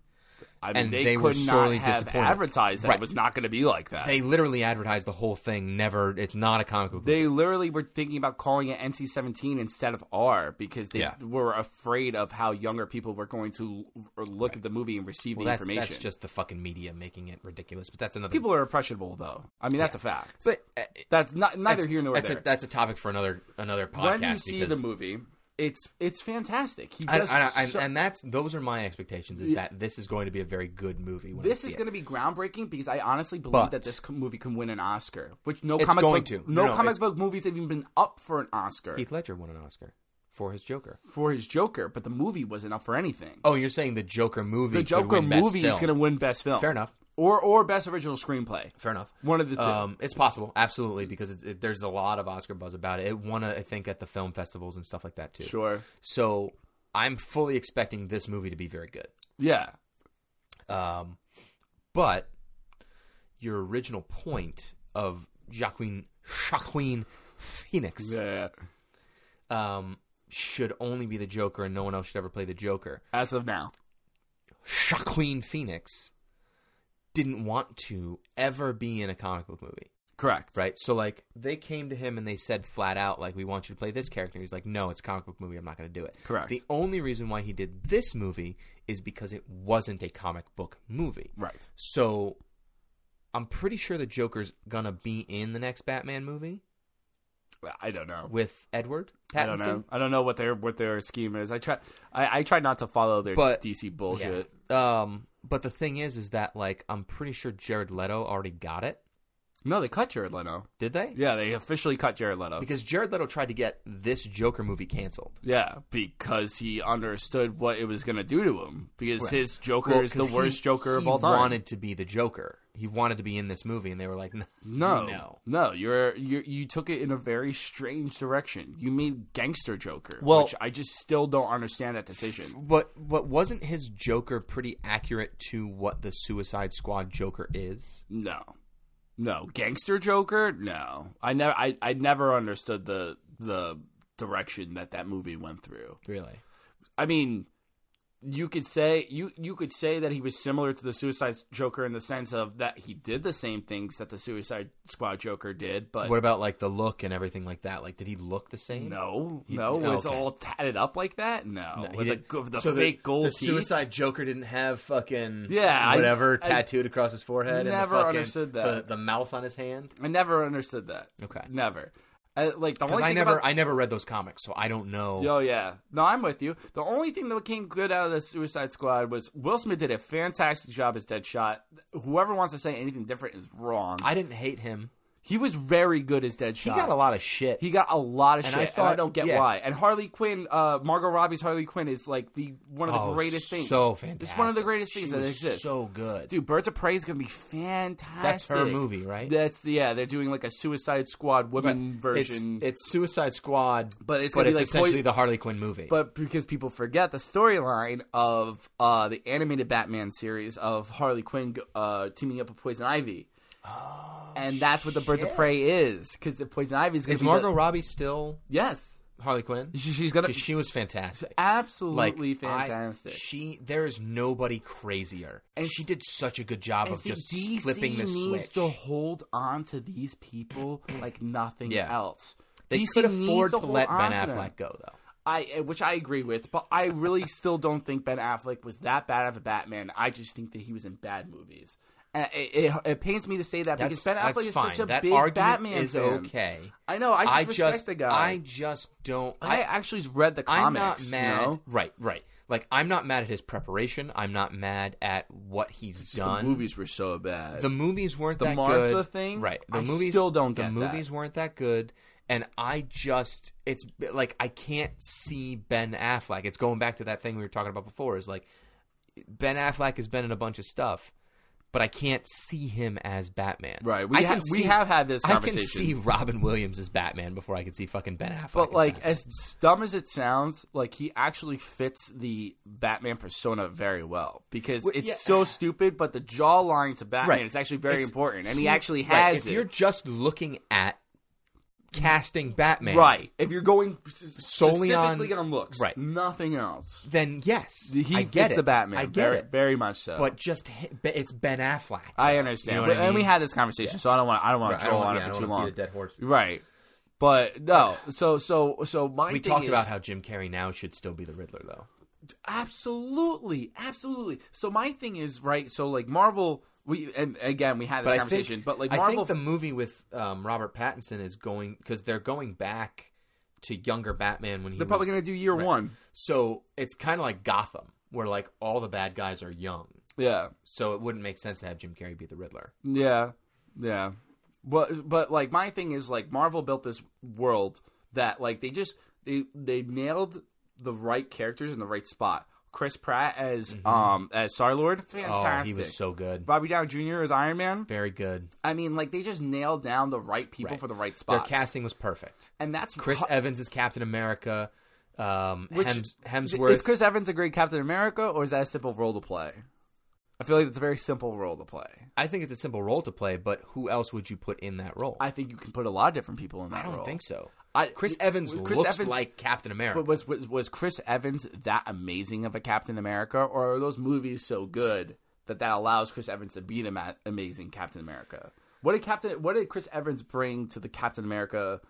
I mean,
And
they,
they
could
were
not
sorely
have
disappointed.
advertised that
Right.
it was not going to be like that.
They literally advertised the whole thing. Never, it's not a comic book. movie.
They literally were thinking about calling it NC 17 instead of R because they
Yeah.
were afraid of how younger people were going to l- look at the movie and receive
Well,
the
that's,
information.
that's just the fucking media making it ridiculous. But that's another.
people are impressionable, though. I mean, that's a fact.
but uh,
that's not neither
that's,
here nor
that's
there.
A, that's a topic for another another podcast.
when you see
because
the movie, it's it's fantastic. He
I-
does
I- I-
so-
and that's those are my expectations. Is that this is going to be a very good movie? When
this is going to be groundbreaking because I honestly believe
But-
that this co- movie can win an Oscar, which no
It's
comic
going
book,
to. No,
no,
no,
comic
it's-
book movies have even been up for an Oscar.
Heath Ledger won an Oscar for his Joker.
for his Joker, but the movie wasn't up for anything.
Oh, you're saying the Joker movie?
the
could
Joker
win Best
movie is
Film.
going to win Best Film.
Fair enough.
Or or Best Original Screenplay.
Fair enough.
One of the two.
Um, it's possible, absolutely, because it's, it, there's a lot of Oscar buzz about it. It won, I think, at the film festivals and stuff like that too.
Sure.
So I'm fully expecting this movie to be very good.
Yeah.
Um, but your original point of Joaquin Joaquin Phoenix
Yeah.
um, should only be the Joker, and no one else should ever play the Joker.
As of now.
Joaquin Phoenix didn't want to ever be in a comic book movie.
Correct.
Right. So like they came to him and they said flat out like we want you to play this character. He's like, no, it's a comic book movie. I'm not going to do it.
Correct.
The only reason why he did this movie is because it wasn't a comic book movie.
Right.
So I'm pretty sure the Joker's gonna be in the next Batman movie
I don't know.
with Edward Pattinson.
I don't know. I don't know what their what their scheme is. I try I, I try not to follow their
But-
DC bullshit.
Yeah. Um, but the thing is, is that like I'm pretty sure Jared Leto already got it.
No, they cut Jared Leto.
Did they?
Yeah, they officially cut Jared Leto.
Because Jared Leto tried to get this Joker movie canceled.
yeah, because he understood what it was going to do to him. Because
Right.
his Joker
Well,
is the
'cause he-
worst Joker of
he
all time.
Wanted to be the Joker. He wanted to be in this movie, and they were like, "No,
No,
no."
no. You're you you took it in a very strange direction. You made gangster Joker,
Well-
which I just still don't understand that decision.
But what wasn't his Joker pretty accurate to what the Suicide Squad Joker is?
No, no, gangster Joker. No, I never I, I never understood the the direction that that movie went through.
Really?
I mean, you could say you you could say that he was similar to the Suicide Joker in the sense of that he did the same things that the Suicide Squad Joker did, but
What about like the look and everything like that? Like, did he look the same?
No, no,
oh,
it's
okay.
all tatted up like that. No,
He
with the,
didn't-
g- with the
so
fake gold
The
teeth.
Suicide Joker didn't have fucking
Yeah, I-
whatever
I
tattooed across his forehead. and
never
the fucking,
understood that.
The, the mouth on his hand.
I never understood that.
Okay.
never. I, like the
Because
only
I
thing
never,
about-
I never read those comics, so I don't know.
Oh yeah, no, I'm with you. The only thing that came good out of the Suicide Squad was Will Smith did a fantastic job as Deadshot. Whoever wants to say anything different is wrong.
I didn't hate him.
he was very good as Deadshot.
He got a lot of shit.
He got a lot of
And
shit.
I
I
thought-
and I don't get
yeah.
why. And Harley Quinn, uh, Margot Robbie's Harley Quinn is like the one of the
Oh,
greatest things.
So fantastic.
It's one of the greatest
She
things that
was
exists.
So good.
Dude, Birds of Prey is gonna be fantastic.
That's her movie, right?
That's yeah. They're doing like a Suicide Squad women version,
It's, it's Suicide Squad,
but it's
but
gonna
it's
be like
essentially
poi-
the Harley Quinn movie.
But because people forget the storyline of uh, the animated Batman series of Harley Quinn uh, teaming up with Poison Ivy, oh, and that's what the Birds of Prey is because the Poison Ivy is gonna
is
be
Margot
the-
Robbie still
yes,
Harley Quinn?
She- she's gonna
'Cause she was fantastic.
absolutely
I-
fantastic.
she there is nobody crazier, and
And
she
s-
did such a good job
And
of
see,
just
DC
flipping the
needs
switch.
to hold on to these people like nothing
Yeah.
else.
they
DC
could afford
needs
to,
hold
let Ben
on to them.
Affleck go though.
I, uh, which I agree with, but I really still don't think Ben Affleck was that bad of a Batman. I just think that he was in bad movies. And it, it, it pains me to say that
That's,
because Ben Affleck
that's
is
fine.
such a
that
big
argument
Batman
is
fan.
okay.
I know. I just
I
respect
just
the guy.
I just don't.
I, actually read the
I'm
comics.
not mad.
You know?
Right, right. Like I'm not mad at his preparation. I'm not mad at what he's done.
The movies were so bad.
The movies weren't
The
that
Martha
good.
thing?
right? The
I
movies
still don't
The
get that.
movies weren't that good, and I just it's like I can't see Ben Affleck. It's going back to that thing we were talking about before. Is like Ben Affleck has been in a bunch of stuff, but I can't see him as Batman.
Right, we
I
ha-
can
we
see-
have had this
I can
conversation.
see Robin Williams as Batman before I can see fucking Ben Affleck.
but
as
like
Batman.
as dumb as it sounds, like he actually fits the Batman persona very well because
Well,
it's
yeah.
so stupid. But the jawline to Batman
Right.
is actually very
It's-
important, and he
He's-
actually
right,
has
if
it.
you're just looking at casting Batman,
Right. If you're going
Solely
solely
on-
specifically on, looks,
right.
Nothing else.
Then yes,
He
I
fits
get it.
the Batman.
I get
very,
it.
very much so.
but just hi- but it's Ben Affleck.
I understand.
You know what
But-
I
And we
mean?
had this conversation, so I don't want I don't want
Right, I
to troll
don't-
on
yeah, I
it for
don't
too
wanna
long.
beat a dead horse.
Right. But
<laughs>
no. So so so my
we
thing
talked
is-
about how Jim Carrey now should still be the Riddler, though.
absolutely absolutely. So my thing is right. So like Marvel. We and again we had this
But
conversation,
I think,
but like
I
Marvel
think the movie with um, Robert Pattinson is going because they're going back to younger Batman when he
They're
was-
probably going to do year
Right.
one.
So it's kind of like Gotham, where like all the bad guys are young.
Yeah,
So it wouldn't make sense to have Jim Carrey be the Riddler.
yeah, yeah. But but like my thing is like Marvel built this world that like they just they they nailed the right characters in the right spot. Chris Pratt as um as Star Lord,
Oh,
fantastic.
he was so good.
Bobby Dow Jr. as Iron Man.
Very good.
I mean, like they just nailed down the right people for the right
Their
spots.
casting was perfect.
and that's
Chris
hu-
Evans is Captain America. Um,
Which-
Hems-
Th-
Hemsworth.
Is Chris Evans a great Captain America, or is that a simple role to play? I feel like it's a very simple role to play.
I think it's a simple role to play, but who else would you put in that role?
I think you can put a lot of different people in that
I don't
role.
think so.
I-
Chris
w-
Evans
w- Chris
looks
Evans-
like Captain America.
But was, was was Chris Evans that amazing of a Captain America, or are those movies so good that that allows Chris Evans to be an ama- amazing Captain America? What did Captain What did Chris Evans bring to the Captain America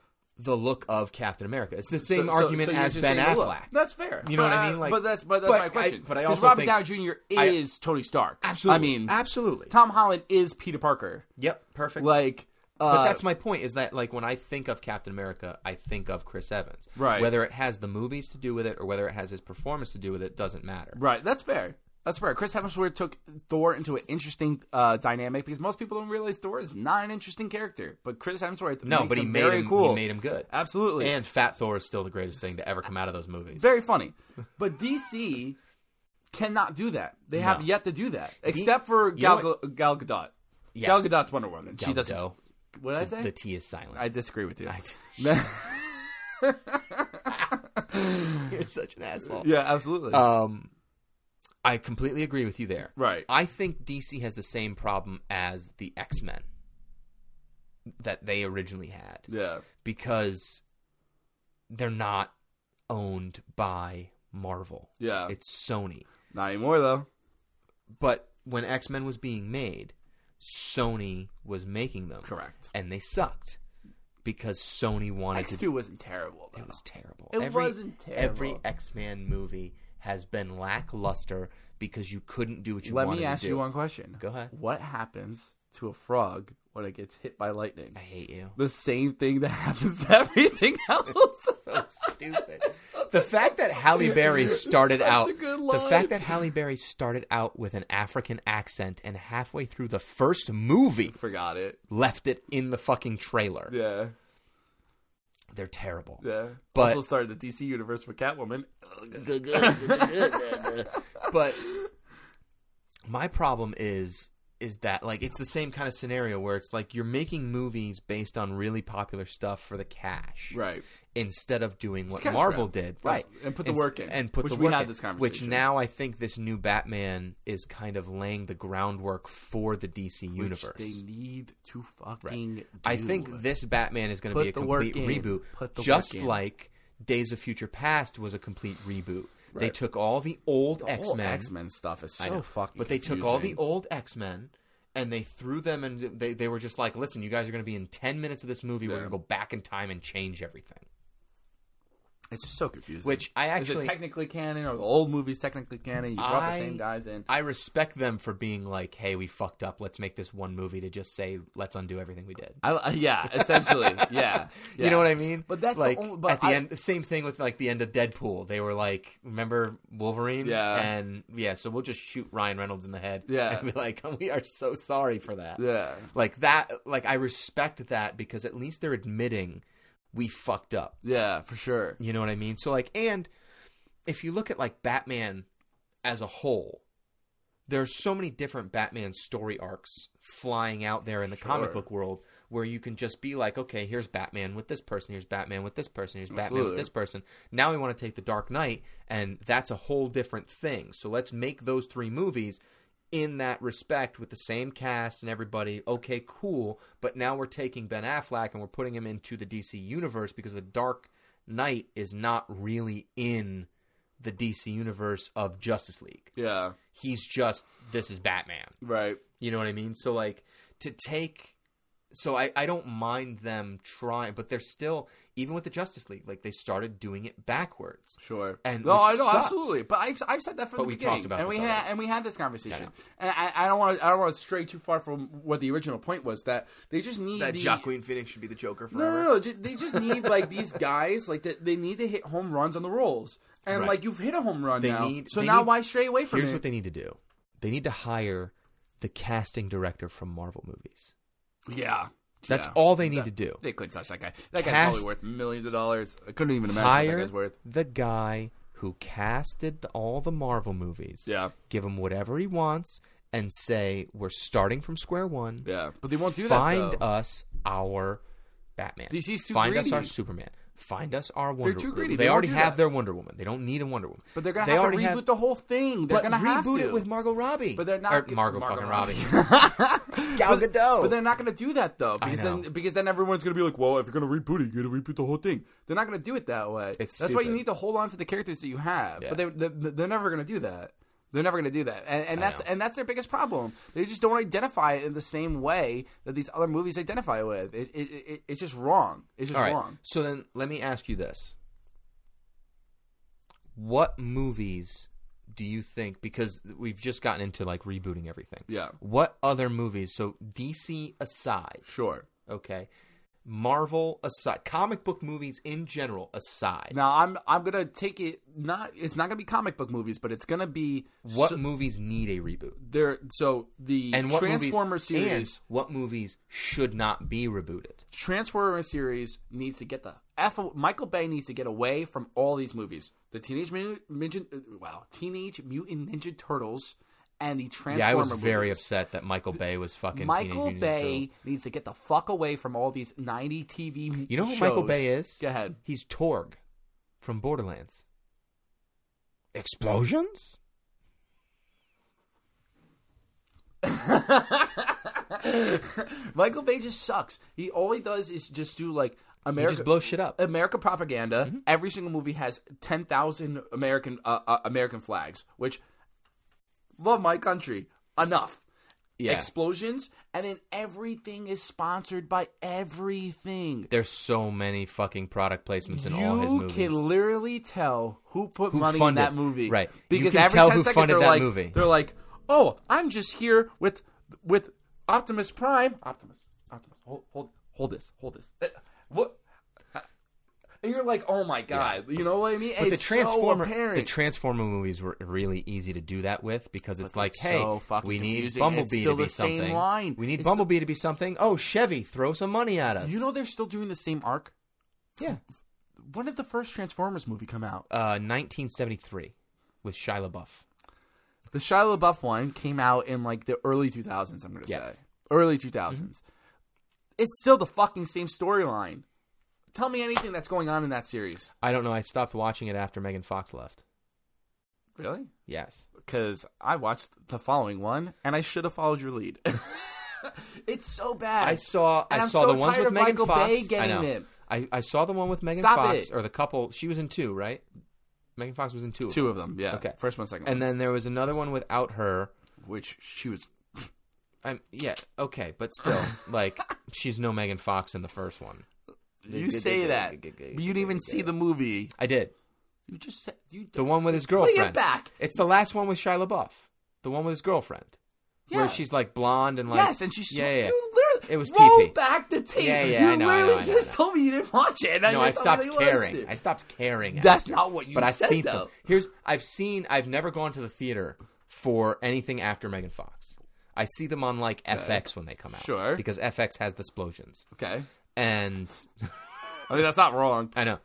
the look of Captain America. It's the
So-
same
so-
argument
so you're
as
just
Ben
saying, well,
Affleck.
That's fair.
You know
But
what I mean? Like-
but that's but that's
but
my
I-
question.
but I
'Cause
also
Robert
think-
Downey Jr.
I-
is Tony Stark. I
Absolutely.
mean,
Absolutely.
Tom Holland is Peter Parker.
Yep, perfect.
Like, uh,
but that's my point is that like when I think of Captain America, I think of Chris Evans.
Right.
Whether it has the movies to do with it or whether it has his performance to do with it doesn't matter.
Right, that's fair. That's fair. Chris Hemsworth took Thor into an interesting uh, dynamic because most people don't realize Thor is not an interesting character, but Chris Hemsworth
No,
makes
but he
him
made
very
him
cool.
he made him good.
absolutely
And Fat Thor is still the greatest thing to ever come out of those movies.
very funny. <laughs> But DC cannot do that. They have yet to do that, except for
you know
Gal, Gal Gadot. Gal
Yes.
Gadot's Wonder Woman. she
Gal
doesn't.
Gadot.
What did I say?
The T is silent. <laughs>
I disagree with <laughs> you.
You're such an asshole.
yeah, absolutely.
Um, I completely agree with you there.
Right.
I think DC has the same problem as the X Men that they originally had
yeah,
because they're not owned by Marvel.
Yeah.
It's Sony.
not anymore though.
But when X Men was being made, Sony was making them.
Correct.
And they sucked because Sony wanted
X
to
two wasn't terrible. Though.
It was terrible.
It wasn't terrible.
Every X Men movie has been lackluster because you couldn't do what you
Let
wanted
me ask
to do.
you one question.
Go ahead.
What happens to a frog when it gets hit by lightning?
I
<laughs>
hate you.
The same thing that happens to everything
<laughs>
else.
Stupid. <laughs> the fact that Halle Berry started
Such
out
a good
the
line.
fact that Halle Berry started out with an African accent and halfway through the first movie
Forgot it.
left it in the fucking trailer.
Yeah,
They're terrible.
yeah.
But-
also started the DC universe with Catwoman. <laughs>
but my problem is is that like it's the same kind of scenario where it's like you're making movies based on really popular stuff for the cash
Right.
instead of doing what
cash
marvel
grab.
did
That's-
right
and put the
Inst-
work in,
and put
which
the
we
work
had
in,
this
which
conversation.
now i think this new batman is kind of laying the groundwork for the dc universe
Which they need to
Right.
fucking.
I
do.
think this Batman is going to
Put
be a
the work
complete
in.
reboot,
Put the
just
work in.
like Days of Future Past was a complete reboot. They took all the old X Men,
X Men stuff is so fucking.
but they took all the
confusing.
old X Men and they threw them, and they they were just like, "Listen, you guys are going to be in ten minutes of this movie. We're
Yeah.
going to go back in time and change everything."
It's just so confusing.
Which I
is
actually-
it technically canon or the old movies technically canon? You brought the
I-
same guys in.
I respect them for being like, "Hey, we fucked up. Let's make this one movie to just say, let's undo everything we did."
I, I- yeah,
<laughs>
essentially, yeah,
You know what I mean?
But that's the
like
only- but
at the
I-
end, same thing with like the end of Deadpool. They were like, remember Wolverine?
Yeah.
and yeah. So we'll just shoot Ryan Reynolds in the head.
Yeah.
and be like, <laughs> we are so sorry for that.
Yeah,
like that. Like I respect that because at least they're admitting we fucked up.
yeah, for sure.
You know what I mean? So like, and if you look at like Batman as a whole, there are so many different Batman story arcs flying out there in the comic
Sure.
book world where you can just be like, okay, here's Batman with this person, here's Batman with this person, here's Batman
Absolutely.
with this person. Now we want to take the Dark Knight, and that's a whole different thing. So let's make those three movies in that respect with the same cast and everybody. Okay, cool. But now we're taking Ben Affleck and we're putting him into the DC universe because the Dark Knight is not really in the DC universe of Justice League.
Yeah,
He's just this is Batman.
right.
You know what I mean? So like to take so I, I don't mind them trying but they're still even with the Justice League, like they started doing it backwards.
Sure.
And
no,
which
I know
sucked.
absolutely. But I've, I've said that from
But
the
we
beginning,
talked about
and
this
we had
already.
and we had this conversation. And I, I don't want to I don't want to stray too far from what the original point was that they just need the,
Phoenix should be the Joker
No, no, no. ju- They just need like these guys. Like they, they need to hit home runs on the rolls, and
Right.
like you've hit a home run
They
now.
need-
so
they
now
need-
why stray away from
Here's
it?
what they need to do. They need to hire the casting director from Marvel movies.
yeah,
That's
Yeah.
all they need to do.
They couldn't touch that guy. That guy's
Cast-
probably worth millions of dollars. I couldn't even imagine what that
Hire
guy's worth.
the guy who casted the- all the Marvel movies.
Yeah.
Give him whatever he wants and say we're starting from square one.
Yeah, but they won't do
Find
that. though.
us our Batman.
DC's too
Find us our
greedy.
Superman. Find us our Wonder
too
Woman.
greedy.
They,
They won't
already
do
have
that.
their Wonder Woman. They don't need a Wonder Woman.
But they're gonna
They
have to
already
reboot the whole thing. They're
but
gonna have
reboot
to.
it with Margot Robbie.
But they're not
Or
g-
Margot,
Margot
fucking Robbie.
Robbie.
<laughs> Gal
But-
Gadot.
But they're not going to do that though, because
know.
then because then everyone's going to be like, well, if you're going to reboot it, you're going to reboot the whole thing. They're not going to do it that way.
It's
That's why you
stupid.
need to hold on to the characters that you have. But they, they they're never going to do that. They're never going to do that, and, and that's and that's their biggest problem. They just don't identify it in the same way that these other movies identify with. It, it, it it's just wrong. It's just
All right.
wrong.
So then let me ask you this. What movies do you think because we've just gotten into like rebooting everything.
Yeah.
What other movies? So DC aside,
Sure.
okay? Marvel aside, comic book movies in general aside.
Now I'm I'm gonna take it. Not it's not gonna be comic book movies, but it's gonna be
what
so,
movies need a reboot?
there. So the
And what
Transformer
movies,
series.
and what movies should not be rebooted?
Transformer series needs to get the F. Michael Bay needs to get away from all these movies. The Teenage Mutant Ninja, uh, wow, Teenage Mutant Ninja Turtles and the Transformer.
Yeah, I was very
movies.
upset that Michael Bay was fucking
Michael
Teenage Mutant Ninja Turtles.
Bay needs to get the fuck away from all these 90 TV
You know who Michael
shows.
Bay is?
Go ahead. <laughs>
He's Torg from Borderlands. Explosions?
Michael Bay just sucks. He all he does is just do like America
just blows shit up.
America propaganda. Every single movie has ten thousand American uh, uh, American flags. Which love my country enough.
Yeah.
Explosions and then everything is sponsored by everything.
There's so many fucking product placements in
you
all his movies.
can literally tell who put
Who
money
funded-
in that movie,
right. You
Because
can
every
tell
ten
who
seconds
funded
they're
that
like,
movie.
they're like, "Oh, I'm just here with with Optimus Prime." Optimus, Optimus, hold hold hold this, hold this. Eh, What? And you're like, "Oh my god," you know what I mean?
but the
It's so
Transformer,
apparent.
the Transformer movies were really easy to do that with because it's like, hey,
so fucking
we need
confusing, and it's
Bumblebee to
still
be
the same
something.
line.
We need
It's
Bumblebee to be something. Oh, Chevy, throw some money at us.
you know they're still doing the same arc.
yeah,
When did the first Transformers movie come out?
uh, 1973 with Shia LaBeouf.
The Shia LaBeouf one came out in like the early 2000s. I'm gonna
Yes.
say early 2000s. It's still the fucking same storyline. Tell me anything that's going on in that series.
I don't know. I stopped watching it after Megan Fox left.
Really?
Yes.
Because I watched the following one, and I should have followed your lead. <laughs> it's so bad.
I saw
And
I
I'm
saw
so
the ones
tired
with
of
Megan
Michael
Fox.
Bay
I
getting
know.
it.
I, I saw the one with Megan
Stop
Fox
it.
or the couple. She was in two, right? Megan Fox was in two. of
Two
them.
of them. Yeah.
Okay.
First one, second
And
one.
then there was another one without her.
Which she was.
I'm yeah okay, but
<laughs>
still like she's no Megan Fox in the first one.
You say that, but you didn't even see the movie.
I did
You just said you.
the one with his
Bring it
girlfriend.
back.
It's the last one with Shia LaBeouf. The one with his girlfriend.
Yeah.
Where she's like blonde and like
yes, and she sm-
yeah, yeah, yeah.
You literally
It was
roll
TP.
back the tape.
Yeah, yeah,
you
I know, I know,
literally
I know,
just
I know.
told me you didn't watch it. and now
No,
you're
I
telling
stopped
me you watched
caring.
it.
I stopped caring.
That's
after.
not what you
But I
said,
seen
though.
them. Here's I've seen. I've never gone to the theater for anything after Megan Fox. I see them on like FX when they come out.
Sure.
Because FX has the explosions.
Okay,
And
I mean that's not wrong.
I know.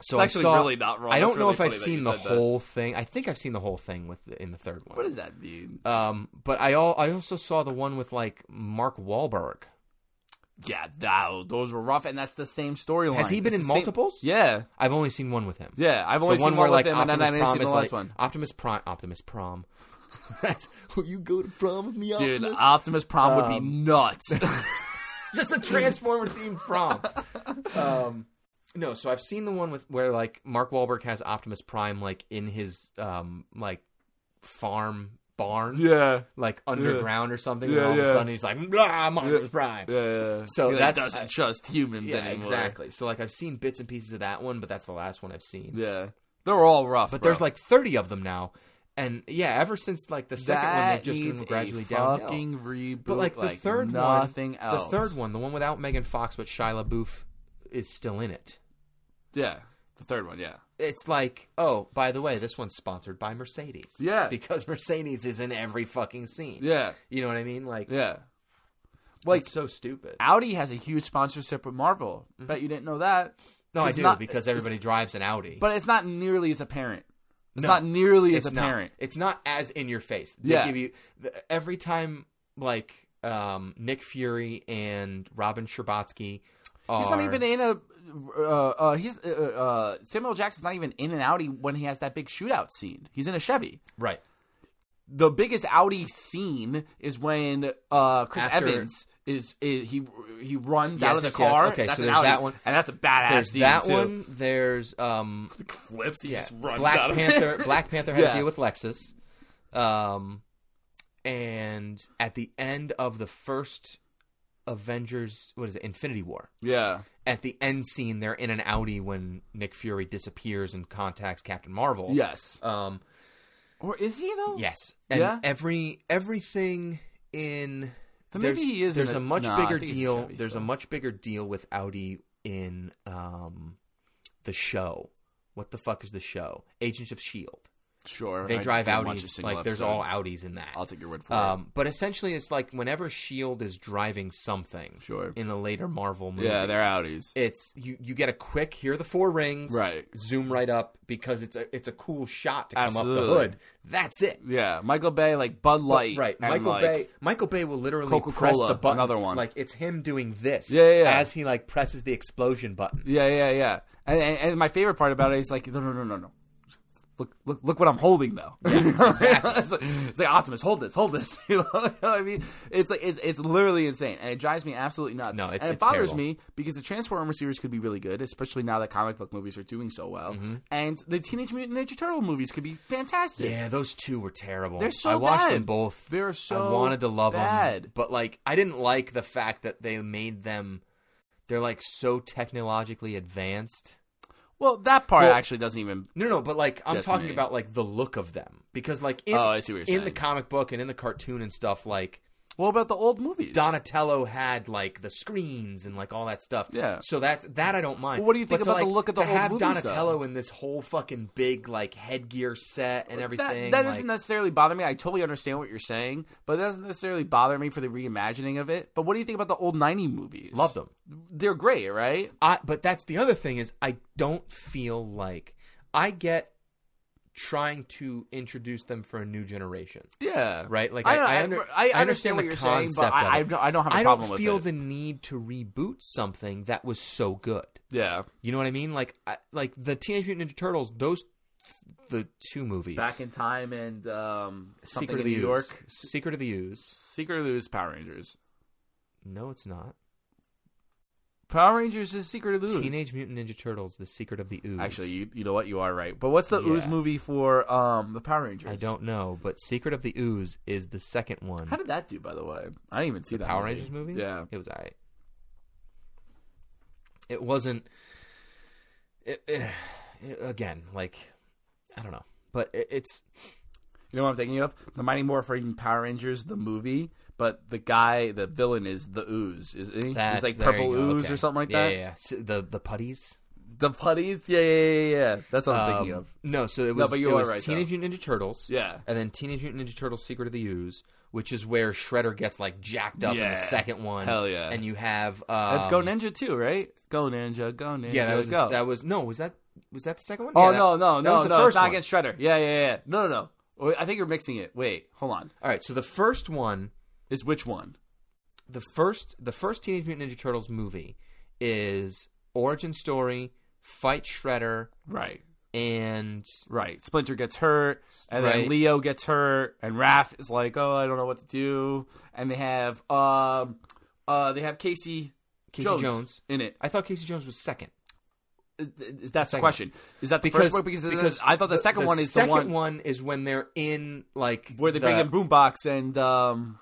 So
It's
I
actually
saw-
really not wrong.
I don't
It's
know
really
if I've
funny that
seen
you
the
said that.
whole thing. I think I've seen the whole thing with the, in the third one.
What does that mean?
Um, but I all I also saw the one with like Mark Wahlberg.
Yeah, thou- those were rough, and that's the same storyline.
Has he been
It's
in
the same-
multiples?
Yeah,
I've only seen one with him.
yeah. I've only
the one
seen
where
one
like
with him, and
Optimus
then I didn't
Prime
see the
is
last
like,
one.
Optimus Prime. Optimus Prom. <laughs> That's who you go to prom with me,
Dude,
Optimus. Um,
Optimus Prime would be
<laughs>
nuts.
Just a Transformer themed prom. um, no, so I've seen the one with where like Mark Wahlberg has Optimus Prime like in his um like farm barn,
yeah,
like underground or something, and
Yeah,
all of a
yeah.
sudden he's like, blah, I'm Optimus Prime.
yeah.
So
He, like,
that's- uh,
doesn't trust humans
Yeah,
anymore.
exactly. So like I've seen bits and pieces of that one, but that's the last one I've seen.
Yeah, they're all rough.
But there's like 30 of them now, and yeah, ever since like the second one, they've
that
just
needs
been gradually
a
downhill.
fucking reboot.
But like the third
nothing
one,
else.
the third one, the one without Megan Fox but Shia LaBeouf is still in it.
Yeah, the third one. Yeah.
It's like, oh, by the way, this one's sponsored by Mercedes.
Yeah.
<laughs> because Mercedes is in every fucking scene.
Yeah.
you know what I mean? Like,
Yeah. Like
so stupid.
Audi has a huge sponsorship with Marvel. Bet you didn't know that.
No, I
It's
do
not-
because everybody drives an Audi.
But it's not nearly as apparent. It's
No,
not nearly
it's
as
not.
apparent.
It's not as in your face. They
Yeah.
give you the, every time like um, Nick Fury and Robin Sherbatsky. Are,
He's not even in a. Uh, uh, he's uh, uh, Samuel Jackson's not even in an Audi when he has that big shootout scene. He's in a Chevy.
right.
The biggest Audi scene is when uh, Chris
After-
Evans is, is he he runs
Yes,
out of the
yes, yes.
car.
Okay,
that's
so
an
there's
Audi,
that one.
and that's a badass.
There's
scene
that
too.
one. There's um,
clips. He
yeah,
just runs
Black
out of
Panther. Black Panther had
Yeah.
to deal with Lexus. Um, and at the end of the first Avengers, what is it? Infinity War.
<laughs> yeah,
At the end scene, they're in an Audi when Nick Fury disappears and contacts Captain Marvel.
yes.
Um,
Or is he though?
Yes, and
Yeah?
every everything in
So
there's,
maybe he is in
There's
a-
a, much
no, I
bigger
think it's a
deal.
Chevy
There's
still.
a much bigger deal with Audi in um, the show. What the fuck is the show? Agents of Shield.
sure.
They
I
drive
didn't watch a
Audis.
single
Like there's
episode.
all Audis in that.
I'll take your word for it.
Um, but essentially, it's like whenever Shield E is driving something.
Sure.
In the later Marvel movies.
Yeah, they're Audis.
It's you. You get a quick. Here are the four rings.
Right.
Zoom right up because it's a it's a cool shot to come up the
Absolutely.
hood. That's it.
yeah, Michael Bay, like Bud Light,
Right,
and,
Michael
like-
Bay. Michael Bay will literally press
Coca-Cola,
the button.
another one.
Like it's him doing this.
Yeah, yeah, yeah.
As he like presses the explosion button.
Yeah, yeah, yeah. And, and, and my favorite part about it is like, no, no, no, no, no. Look, look, look what I'm holding though. <laughs> it's, like, it's like Optimus, hold this, hold this. <laughs> you know what I mean? It's like it's, it's literally insane, and it drives me absolutely nuts.
No, it's-
and it
it's
bothers
terrible.
me because the Transformer series could be really good, especially now that comic book movies are doing so well,
Mm-hmm.
and the Teenage Mutant Ninja Turtle movies could be fantastic.
those two were terrible.
They're so
I watched
bad.
them both.
They're so
I wanted to love them,
bad.
but like I didn't like the fact that they made them. They're like so technologically advanced.
Well, that part
Well-
actually doesn't even.
No, no, but like I'm
That's
talking
me.
about like the look of them because like in,
Oh, I see what you're
in the
saying.
comic book and in the cartoon and stuff like
What about the old movies?
Donatello had like the screens and like all that stuff.
Yeah.
So that's that I don't mind.
Well, what do you think
But to,
about the
like,
look of the
to
old
have
movies,
Donatello
though?
in this whole fucking big like headgear set and everything?
That, that
like,
doesn't necessarily bother me. I totally understand what you're saying, but that doesn't necessarily bother me for the reimagining of it. But what do you think about the old 90 movies?
love them.
They're great, right?
I, but that's the other thing is I don't feel like I get trying to introduce them for a new generation.
Yeah.
Right, like
I,
I,
don't know,
I,
I-
under-
I
I
understand
understand
what
the
you're saying, but
concept
I-
of
I
it.
don't- I don't have a
I
problem
don't
with
feel
it.
the need to reboot something that was so good.
Yeah.
You know what I mean? Like, I, like the Teenage Mutant Ninja Turtles. Those, the two movies.
Back in Time and um, Something
Secret of
in
the
New York.
Ooze. Secret of the Ooze.
Secret of the Ooze, Power Rangers.
No, it's not.
Power Rangers is Secret of the Ooze.
Teenage Mutant Ninja Turtles: The Secret of the Ooze.
Actually, you, you know what? You are right. But what's the
Yeah.
Ooze movie for um, the Power Rangers?
I don't know, but Secret of the Ooze is the second one.
How did that do, by the way? I didn't even see
the
that
Power
movie.
Rangers movie?
Yeah.
it was alright. It wasn't. It, eh, it- again, like I don't know, but it, it's
You know what I'm thinking of? The Mighty Morphin Power Rangers, the movie, but the guy, the villain is the ooze, isn't he?
that's,
He's like
there you
purple
go,
ooze
okay.
or something like
Yeah,
that.
Yeah, yeah. So the the putties.
The putties? Yeah, yeah, yeah, yeah. That's what I'm thinking
Um,
of.
No, so it was,
but you
it
are
was
right,
Teenage
though.
Mutant Ninja Turtles.
Yeah.
And then Teenage Mutant Ninja Turtles Secret of the Ooze, which is where Shredder gets like jacked up in
Yeah.
the second one.
Hell yeah.
And you have um,
That's Go Ninja too, right? Go Ninja, Go Ninja.
Yeah, that was
go.
that was no, was that was that the second one?
oh
Yeah, that-
no, no,
that
no,
was the
no!
first
It's not
one.
against Shredder. Yeah, yeah, yeah. No, no, no. Wait, I think you're mixing it. Wait, hold on.
All right, so the first one,
Is which one?
the first the first Teenage Mutant Ninja Turtles movie is origin story, fight Shredder,
Right,
and
right. Splinter gets hurt, and
Right.
then Leo gets hurt, and Raph is like, "Oh, I don't know what to do." And they have, um, uh, they have Casey
Casey
Jones,
Jones.
in it.
I thought Casey Jones was second.
Is- is that's the
Second.
question. Is that the first one? Because, I thought the, second one is
second
the one
one is when they're in like
where they bring in Boombox and um,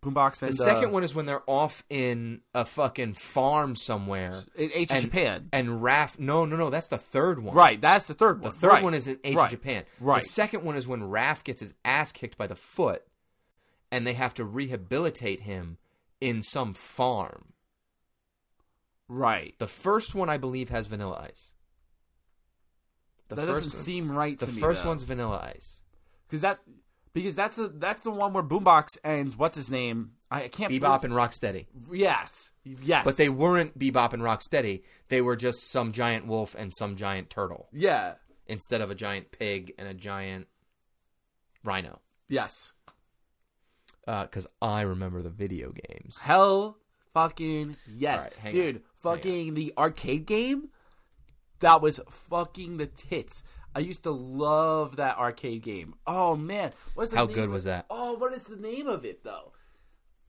Boombox
The
and
second
uh,
one is when they're off in a fucking farm somewhere
in H
and,
Japan.
And Raph, no, no, no, that's the third one.
right, that's the third
The
one.
third
Right.
one is in H
Right.
Japan.
Right.
The second one is when Raph gets his ass kicked by the foot, and they have to rehabilitate him in some farm.
right.
The first one, I believe, has Vanilla Ice. The
that
first
doesn't
one-
seem right
The
to me.
first one's Vanilla Ice.
because that because that's the that's the one where Boombox and what's his name I I can't.
Bebop and Rocksteady.
yes, yes.
But they weren't Bebop and Rocksteady. They were just some giant wolf and some giant turtle
yeah,
instead of a giant pig and a giant rhino.
yes.
Because I remember the video games.
Hell, fucking yes,
All right, hang
dude.
on,
Fucking the arcade game. That was fucking the tits. I used to love that arcade game. Oh man, what's the
How
name
good
of-
was that?
Oh, what is the name of it though?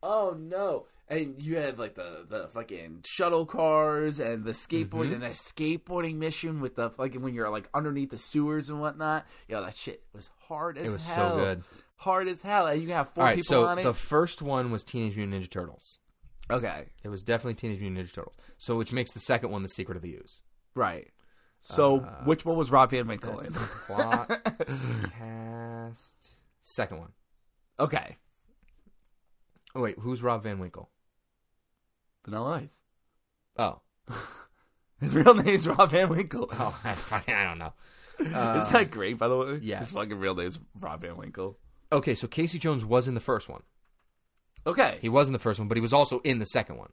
Oh no! And you had like the the fucking shuttle cars and the skateboards
Mm-hmm.
and that skateboarding mission with the fucking when you're like underneath the sewers and whatnot. Yo, that shit was hard as hell.
was so good.
Hard as hell, and you can have four
All right,
people
so
on it.
the first one was Teenage Mutant Ninja Turtles.
okay,
It was definitely Teenage Mutant Ninja Turtles. So, which makes the second one The Secret of the Ooze.
Right. So
Uh,
which one was Rob Van Winkle <laughs> in?
Plot, cast. Second one.
okay.
Oh, wait, who's Rob Van Winkle?
Vanilla Ice.
Oh. <laughs>
His real name is Rob Van Winkle.
Oh, I, <laughs> I don't know.
<laughs> Isn't that great, by the way?
yes.
His fucking real name is Rob Van Winkle.
Okay, so Casey Jones was in the first one.
Okay.
He was in the first one, but he was also in the second one.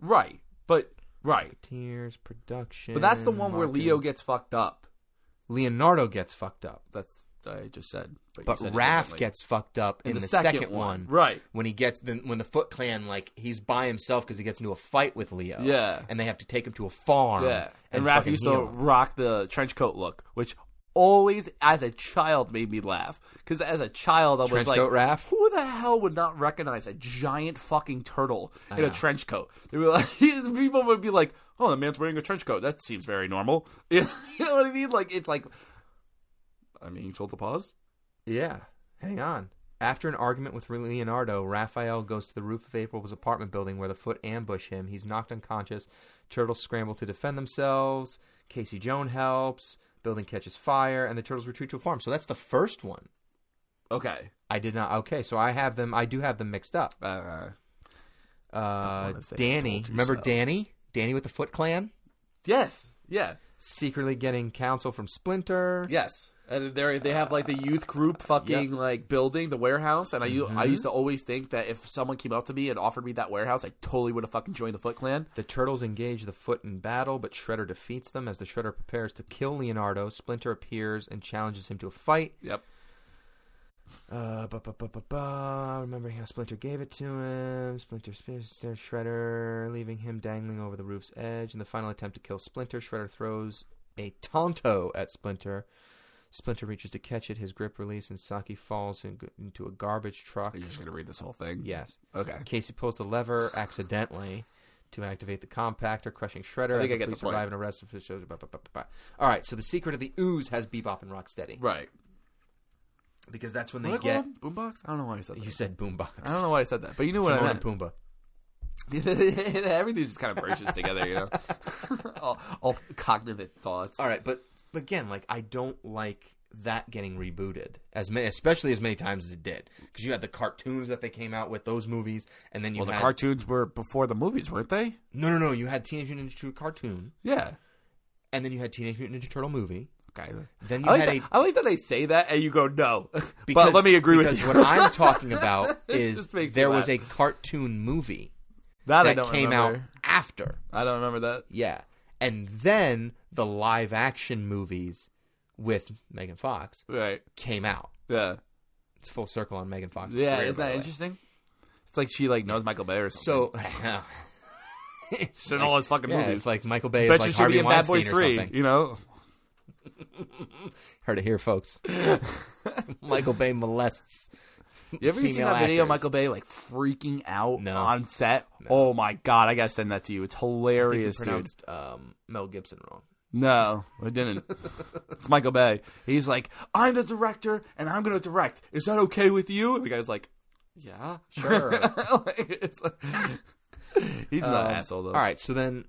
right. But right.
Tears production.
But that's the one where Leo gets fucked up.
Leonardo gets fucked up,
That's I just said. you
but
said it
Raph
differently.
gets fucked up in, the, second, one.
Right.
When he gets then when the Foot Clan like he's by himself because he gets into a fight with Leo.
Yeah.
and they have to take him to a farm.
Yeah. And, Raph
Um, fucking
used to
heal him.
rock the trench coat look, which always as a child made me laugh. Because as a child I was
Trench
like
coat Raph?
who the hell would not recognize a giant fucking turtle in a trench coat? They were like, <laughs> people would be like, "Oh, the man's wearing a trench coat. That seems very normal." <laughs> You know, what I mean? Like it's like, I mean, you told to pause.
Yeah, hang on. After an argument with Leonardo, Raphael goes to the roof of April's apartment building where the Foot ambush him. He's knocked unconscious. Turtles scramble to defend themselves. Casey Joan helps. Building catches fire, and the turtles retreat to a farm. So that's the first one.
Okay.
I did not. Okay, so I have them. I do have them mixed up.
Uh,
Uh,
wanna say I
Danny,
told you
remember
so.
Danny? Danny with the Foot Clan,
yes. Yeah.
secretly getting counsel from Splinter.
Yes. And they they have like the youth group fucking like building the warehouse, and I u- I used to always think that if someone came up to me and offered me that warehouse, I totally would have fucking joined the Foot Clan.
The turtles engage the Foot in battle, but Shredder defeats them as the Shredder prepares to kill Leonardo. Splinter appears and challenges him to a fight.
Yep.
Uh, ba ba ba ba ba. Remembering how Splinter gave it to him, Splinter spears stares Shredder, leaving him dangling over the roof's edge. In the final attempt to kill Splinter, Shredder throws a Tonto at Splinter. Splinter reaches to catch it, his grip released, and Saki falls in, into a garbage truck.
Are you just gonna read this whole thing?
Yes.
Okay.
Casey pulls the lever accidentally to activate the compactor, crushing Shredder.
I think
as
I get the
police
point.
arrive and arrest him. ba, ba, ba, ba, ba. All right, so the secret of the ooze has Bebop and Rocksteady
Right.
because that's when
What
they
do I
get.
call them? Boombox? I don't know why I said that.
You said boombox.
I don't know why I said that, but you knew what I
Timon
meant.
and Pumbaa.
<laughs> Everything's just kind of merges together, you know. <laughs> all, all cognitive thoughts.
All right, but but again, like I don't like that getting rebooted as many, especially as many times as it did, because you had the cartoons that they came out with those movies, and then you
Well, the
had
cartoons were before the movies, weren't they?
no no no you had Teenage Mutant Ninja Turtle cartoon,
Yeah.
and then you had Teenage Mutant Ninja Turtle movie.
Okay.
Then you
I like,
had
that,
a
I like that I say that and you go no, <laughs> but let me agree with
because
you.
what I'm
<laughs>
talking about is
just makes me
there was a
laugh.
cartoon movie
<laughs> that, I
that
don't
came
remember.
out after.
I don't remember that.
Yeah. And then the live action movies with Megan Fox
Right.
came out.
Yeah.
It's full circle on Megan Fox.
Yeah. Isn't that interesting? It's like she like knows Michael Bay or something. <laughs>
So <laughs>
she's in all his fucking
yeah,
movies.
it's like Michael Bay
Bet
is
you
like
should be
Harvey
in Bad
Weinstein
Boys
or
Three.
something.
You know.
Heard it here, folks. <laughs> Michael
<laughs>
Bay molests.
You ever seen
female
that video of
actors.
Michael Bay like freaking out
No.
on set? Oh my god, I gotta send that to you. It's hilarious, dude.
pronounced um, Mel Gibson wrong.
No, I didn't. it's Michael Bay. He's like, I'm the director and I'm gonna direct. Is that okay with you? And the guy's like, Yeah,
<laughs>
<laughs>
Sure.
Like, it's like- he's not an asshole though.
um, All right, so then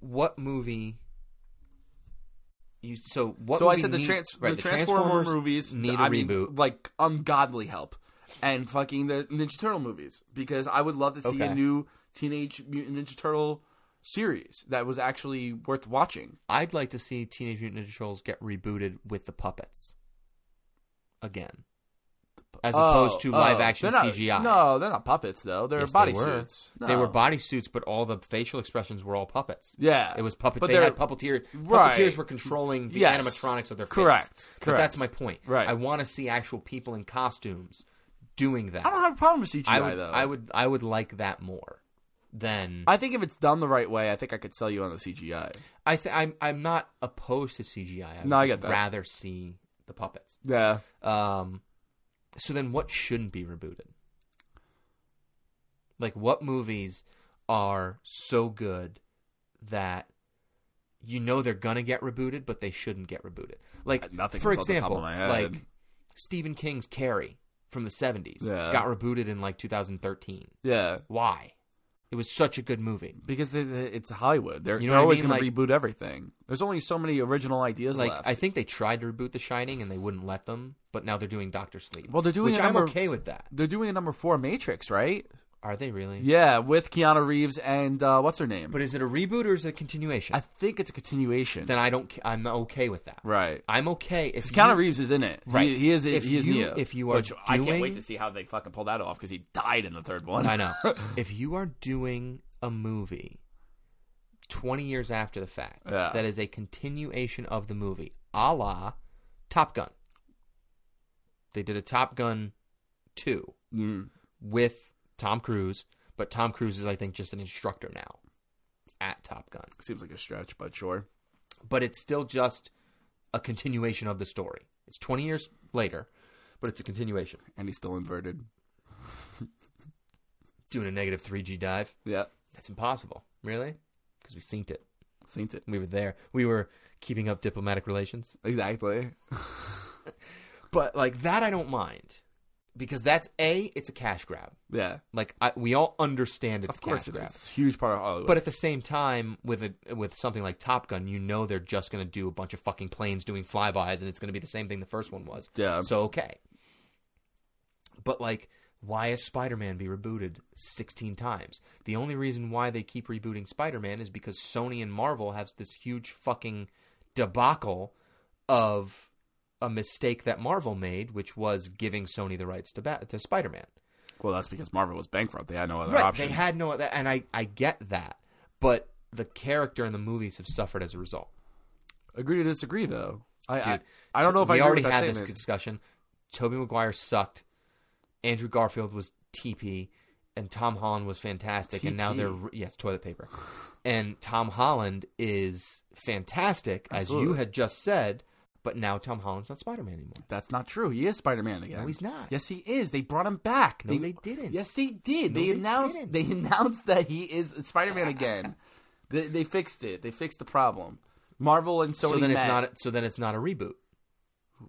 what movie you so what
So I
movie
said the,
needs-
trans-
right,
the Transformer
Transformers
movies
need a
I mean,
reboot.
like ungodly help, and fucking the Ninja Turtle movies because I would love to see
Okay.
a new Teenage Mutant Ninja Turtle series that was actually worth watching.
I'd like to see Teenage Mutant Ninja Turtles get rebooted with the puppets again. as
Oh,
opposed to
oh,
live action
they're not-
CGI.
No, they're not puppets though. They're
Yes,
body
they were.
suits.
They were
No.
bodysuits, but all the facial expressions were all puppets.
Yeah.
it was puppet.
But
they
they're-
had puppeteer.
Right.
Puppeteers were controlling the
Yes.
animatronics of their face.
Correct,
But that's
correct.
my point.
Right.
I want to see actual people in costumes doing that.
I don't have a problem with CGI
I would,
though.
I would. I would like that more than
I think if it's done the right way, I think I could sell you on the CGI.
I. Th- I'm. I'm not opposed to CGI. I would
No, I
just
get that.
rather see the puppets.
Yeah.
Um, so then what shouldn't be rebooted? Like what movies are so good that you know they're gonna get rebooted, but they shouldn't get rebooted?
Uh,
Like
nothing
for
comes off the top
example,
of my head.
like Stephen King's Carrie from the seventies
Yeah.
got rebooted in like 2013.
Yeah.
Why? It was such a good movie.
Because there's, it's Hollywood. They're,
You know
they're
what I
always
mean?
going to reboot everything. There's only so many original ideas
Like
left.
I think they tried to reboot The Shining and they wouldn't let them, but now they're doing Doctor Sleep.
Well, they're doing
which
a
I'm
number-
okay with that.
They're doing a number four Matrix, right?
Are they really?
Yeah, with Keanu Reeves and uh, what's her name?
But is it a reboot or is it a continuation?
I think it's a continuation.
then I don't. ca- I'm not okay with that.
right.
I'm okay if
Because Keanu
you-
Reeves is in it.
Right.
He, he is.
If
he is
you-
Neo.
if you are
Which I can't
doing-
wait to see how they fucking pull that off because he died in the third one.
<laughs> I know. if you are doing a movie 20 years after the fact
Yeah.
that is a continuation of the movie, a la Top Gun. They did a Top Gun 2
Mm.
with Tom Cruise, but Tom Cruise is, I think, just an instructor now at Top Gun.
<laughs> Seems like a stretch, but sure.
but it's still just a continuation of the story. It's 20 years later, but it's a continuation.
And he's still inverted.
Doing a negative 3G dive,
Yeah.
that's impossible. Really? Because we synced it.
Synced it.
We were there. We were keeping up diplomatic relations.
Exactly.
But like that I don't mind because that's A, it's a cash grab.
Yeah.
Like I, we all understand
of
it's a cash
course it
grab.
is. It's a huge part of Hollywood.
But at the same time, with a, with something like Top Gun, you know they're just going to do a bunch of fucking planes doing flybys, and it's going to be the same thing the first one was.
Yeah.
So okay. But like, why is Spider-Man be rebooted sixteen times? The only reason why they keep rebooting Spider-Man is because Sony and Marvel have this huge fucking debacle of a mistake that Marvel made, which was giving Sony the rights to bat- to Spider-Man.
well, that's because Marvel was bankrupt. They had no other
Right,
option.
They had no other, and I, I get that, but the character and the movies have suffered as a result.
Agree to disagree, though. I I,
Dude,
I don't know if
we
I agree
already
with that
had this
statement.
discussion. Toby Maguire sucked. Andrew Garfield was TP, and Tom Holland was fantastic. And now
TP.
they're yes, toilet paper. And Tom Holland is fantastic, as you
Absolutely.
had just said. But now Tom Holland's not Spider Man anymore.
That's not true. He is Spider Man again.
No, he's not.
Yes, he is. They brought him back.
No, they didn't.
Yes, they did.
No,
they
they
announced.
didn't.
They <laughs> announced that he is Spider Man
<laughs>
again. they, they fixed it. They fixed the problem. Marvel and Sony.
so then
met.
it's not. So then it's not a reboot.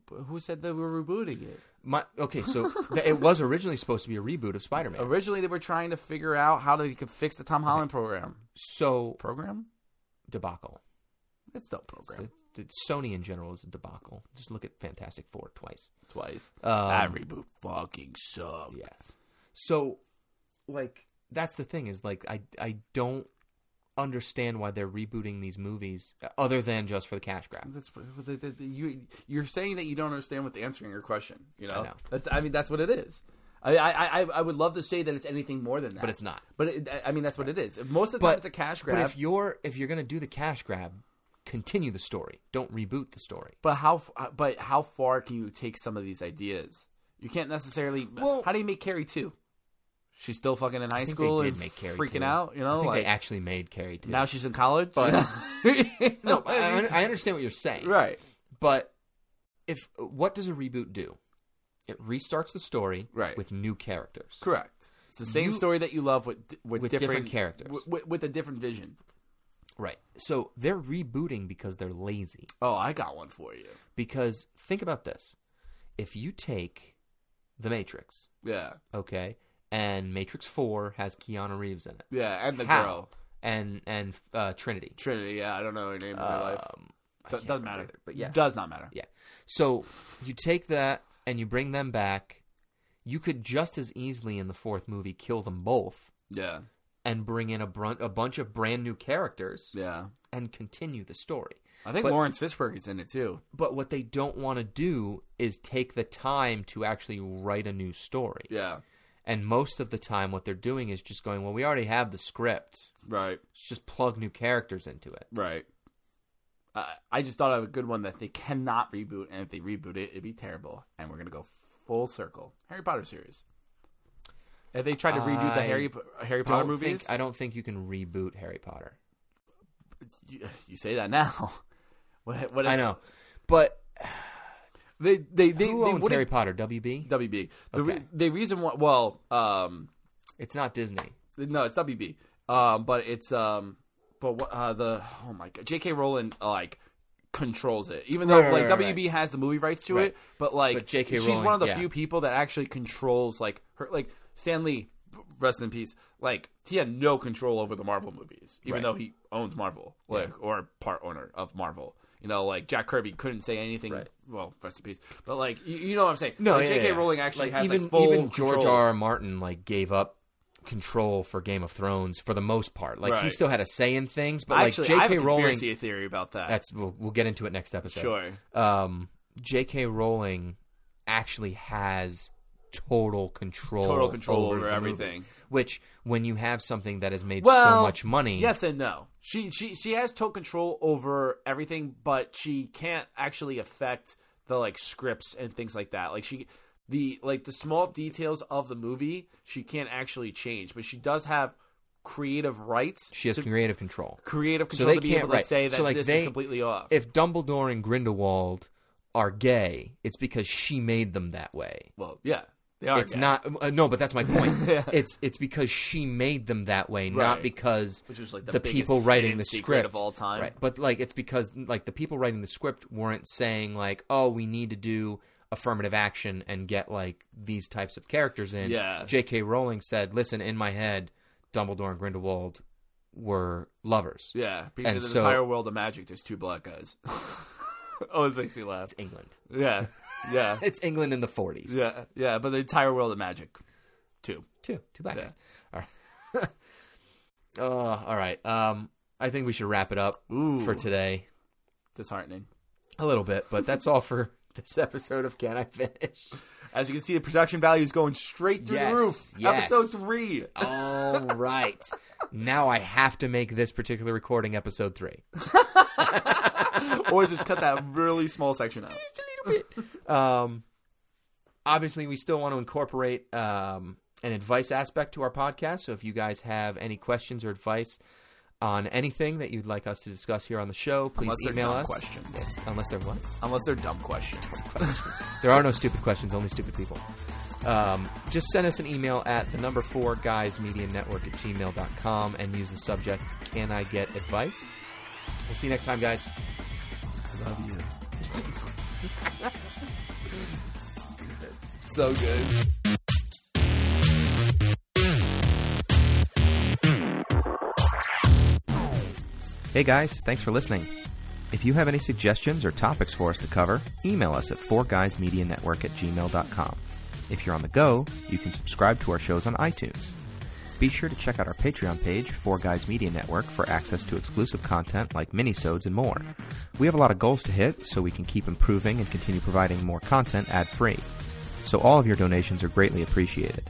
Who said they were rebooting it?
My, okay, so
<laughs>
th- it was originally supposed to be a reboot of Spider Man.
Originally, they were trying to figure out how they could fix the Tom Holland program.
So
Program?
debacle.
It's still
It's
program.
the- the Sony in general is a debacle. Just look at Fantastic Four twice.
Twice.
Um,
that reboot fucking sucked.
Yes. So, like, that's the thing is like I I don't understand why they're rebooting these movies uh, other than just for the cash grab.
That's the, the, the, you. You're saying that you don't understand what's answering your question. You know,
I know.
That's, I mean, that's what it is. I, I, I, I would love to say that it's anything more than that,
But it's not.
But it, I mean, that's what it is. Most of the time, it's a cash grab.
But
But,
if you're if you're gonna do the cash grab, continue the story. Don't reboot the story.
how? f- uh, But how far can you take some of these ideas? You can't necessarily.
Well-
how do you make Carrie two? She's still fucking in high
I think
school
they did
and
make Carrie
freaking
too.
out. You know,
I think
like,
they actually made Carrie too.
now she's in college. <laughs>
But-
no, <laughs>
no, I, I understand what you're saying.
right,
But if what does a reboot do? It restarts the story
Right.
with new characters.
correct. It's the same
You-
story that you love with di- with,
With different characters.
wi- wi- with a different vision.
Right. So they're rebooting because they're lazy.
Oh, I got one for you.
Because think about this. If you take The Matrix,
Yeah,
okay, and Matrix 4 has Keanu Reeves in it.
yeah, and the
How?
girl
And and uh, Trinity.
Trinity. Yeah, I don't know her name in my life.
Um, I
Do- doesn't
can't remember
matter,
either, But yeah.
does not matter.
Yeah. So you take that and you bring them back. You could just as easily in the fourth movie kill them both
Yeah,
and bring in a, brunt, a bunch of brand new characters
Yeah.
and continue the story.
I think
But-
Lawrence Fishburne is in it too.
But what they don't want to do is take the time to actually write a new story.
Yeah.
And most of the time, what they're doing is just going, well, we already have the script.
Right.
Let's just plug new characters into it.
Right. I I just thought of a good one that they cannot reboot, and if they reboot it, it'd be terrible. And we're gonna go full circle. Harry Potter series. If they tried to redo the
I
Harry Po- Harry
I
Potter
don't
movies,
Think, I don't think you can reboot Harry Potter.
You, you say that now. <laughs> What? What?
I know. But
They they they,
who
they
owns
wouldn't-
Harry Potter? WB?
WB. The, re-
Okay.
the reason why, well, um,
It's not Disney.
no, it's WB. Um, but it's um, but what uh, the oh my god, J.K. Rowling like controls it. Even though
right,
like
right,
WB has the movie rights to
Right.
it, but like
But J.K.
she's
Rowling,
one of the
yeah.
few people that actually controls like her like Stanley. Rest in peace. Like he had no control over the Marvel movies, even
Right.
though he owns Marvel, like or part owner of Marvel. You know, like Jack Kirby couldn't say anything.
Right.
Well, rest in peace. But like, you, you know what I'm saying?
No,
like,
yeah,
J.K.
yeah.
Rowling actually
Like,
has
even,
like full
even George
control.
R. R. Martin like gave up control for Game of Thrones for the most part. Like he
Right.
still had a say in things, but
Actually,
like
I have a
J.K. Rowling.
conspiracy theory about that.
That's we'll, we'll get into it next episode.
Sure.
Um, J.K. Rowling actually has total control,
Total control over
the
everything.
movies, which when you have something that has made so
Well,
much money,
Yes and no. She she she has total control over everything, but she can't actually affect the like scripts and things like that. Like she the like the small details of the movie she can't actually change, but she does have creative rights.
she has
to-
creative control.
creative
So
control
they
to be
can't
able to
right.
say that
so like
this
they,
is completely off.
If Dumbledore and Grindelwald are gay, it's because she made them that way.
well, Oh, yeah, they are.
it's
gay.
not uh, no, but that's
<laughs>
my point. It's it's because she made them that way, not
Right.
because
Which is, like, the biggest
people writing
hidden
the
secret
script
of all time.
Right, but like it's because like the people writing the script weren't saying like, oh, we need to do affirmative action and get like these types of characters in.
Yeah.
J.K. Rowling said, listen, in my head, Dumbledore and Grindelwald were lovers.
Yeah, because
And
in the
so-
entire world of magic, there's two black guys. <laughs> Always makes me laugh.
England.
Yeah, yeah.
It's England in the 40s.
Yeah, yeah, but the entire world of magic, too.
Two. Two black
Yeah.
guys. All right. <laughs> Uh, all right. Um, I think we should wrap it up
Ooh.
for today.
Disheartening.
A little bit, but that's all for <laughs> this episode of Can I Finish?
As you can see, the production value is going straight through
Yes,
the roof.
yes.
Episode three.
<laughs> All right. Now I have to make this particular recording episode three.
or just cut that really small section out.
Um, obviously, we still want to incorporate um, an advice aspect to our podcast. So if you guys have any questions or advice on anything that you'd like us to discuss here on the show, please
Unless they're
email
dumb
us.
questions.
Unless they're what?
Unless they're dumb questions.
There are no stupid questions, only stupid people. Um, just send us an email at the number four guys media network at gmail.com and use the subject Can I Get Advice? We'll see you next time, guys.
so good.
Hey guys, thanks for listening. If you have any suggestions or topics for us to cover, email us at 4guysmedianetwork at gmail.com. If you're on the go, you can subscribe to our shows on iTunes. Be sure to check out our Patreon page, 4 Guys Media Network, for access to exclusive content like minisodes and more. We have a lot of goals to hit, so we can keep improving and continue providing more content ad-free. So all of your donations are greatly appreciated.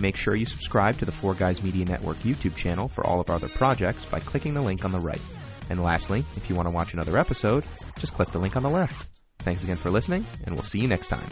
Make sure you subscribe to the Four Guys Media Network YouTube channel for all of our other projects by clicking the link on the right. And lastly, if you want to watch another episode, just click the link on the left. Thanks again for listening, and we'll see you next time.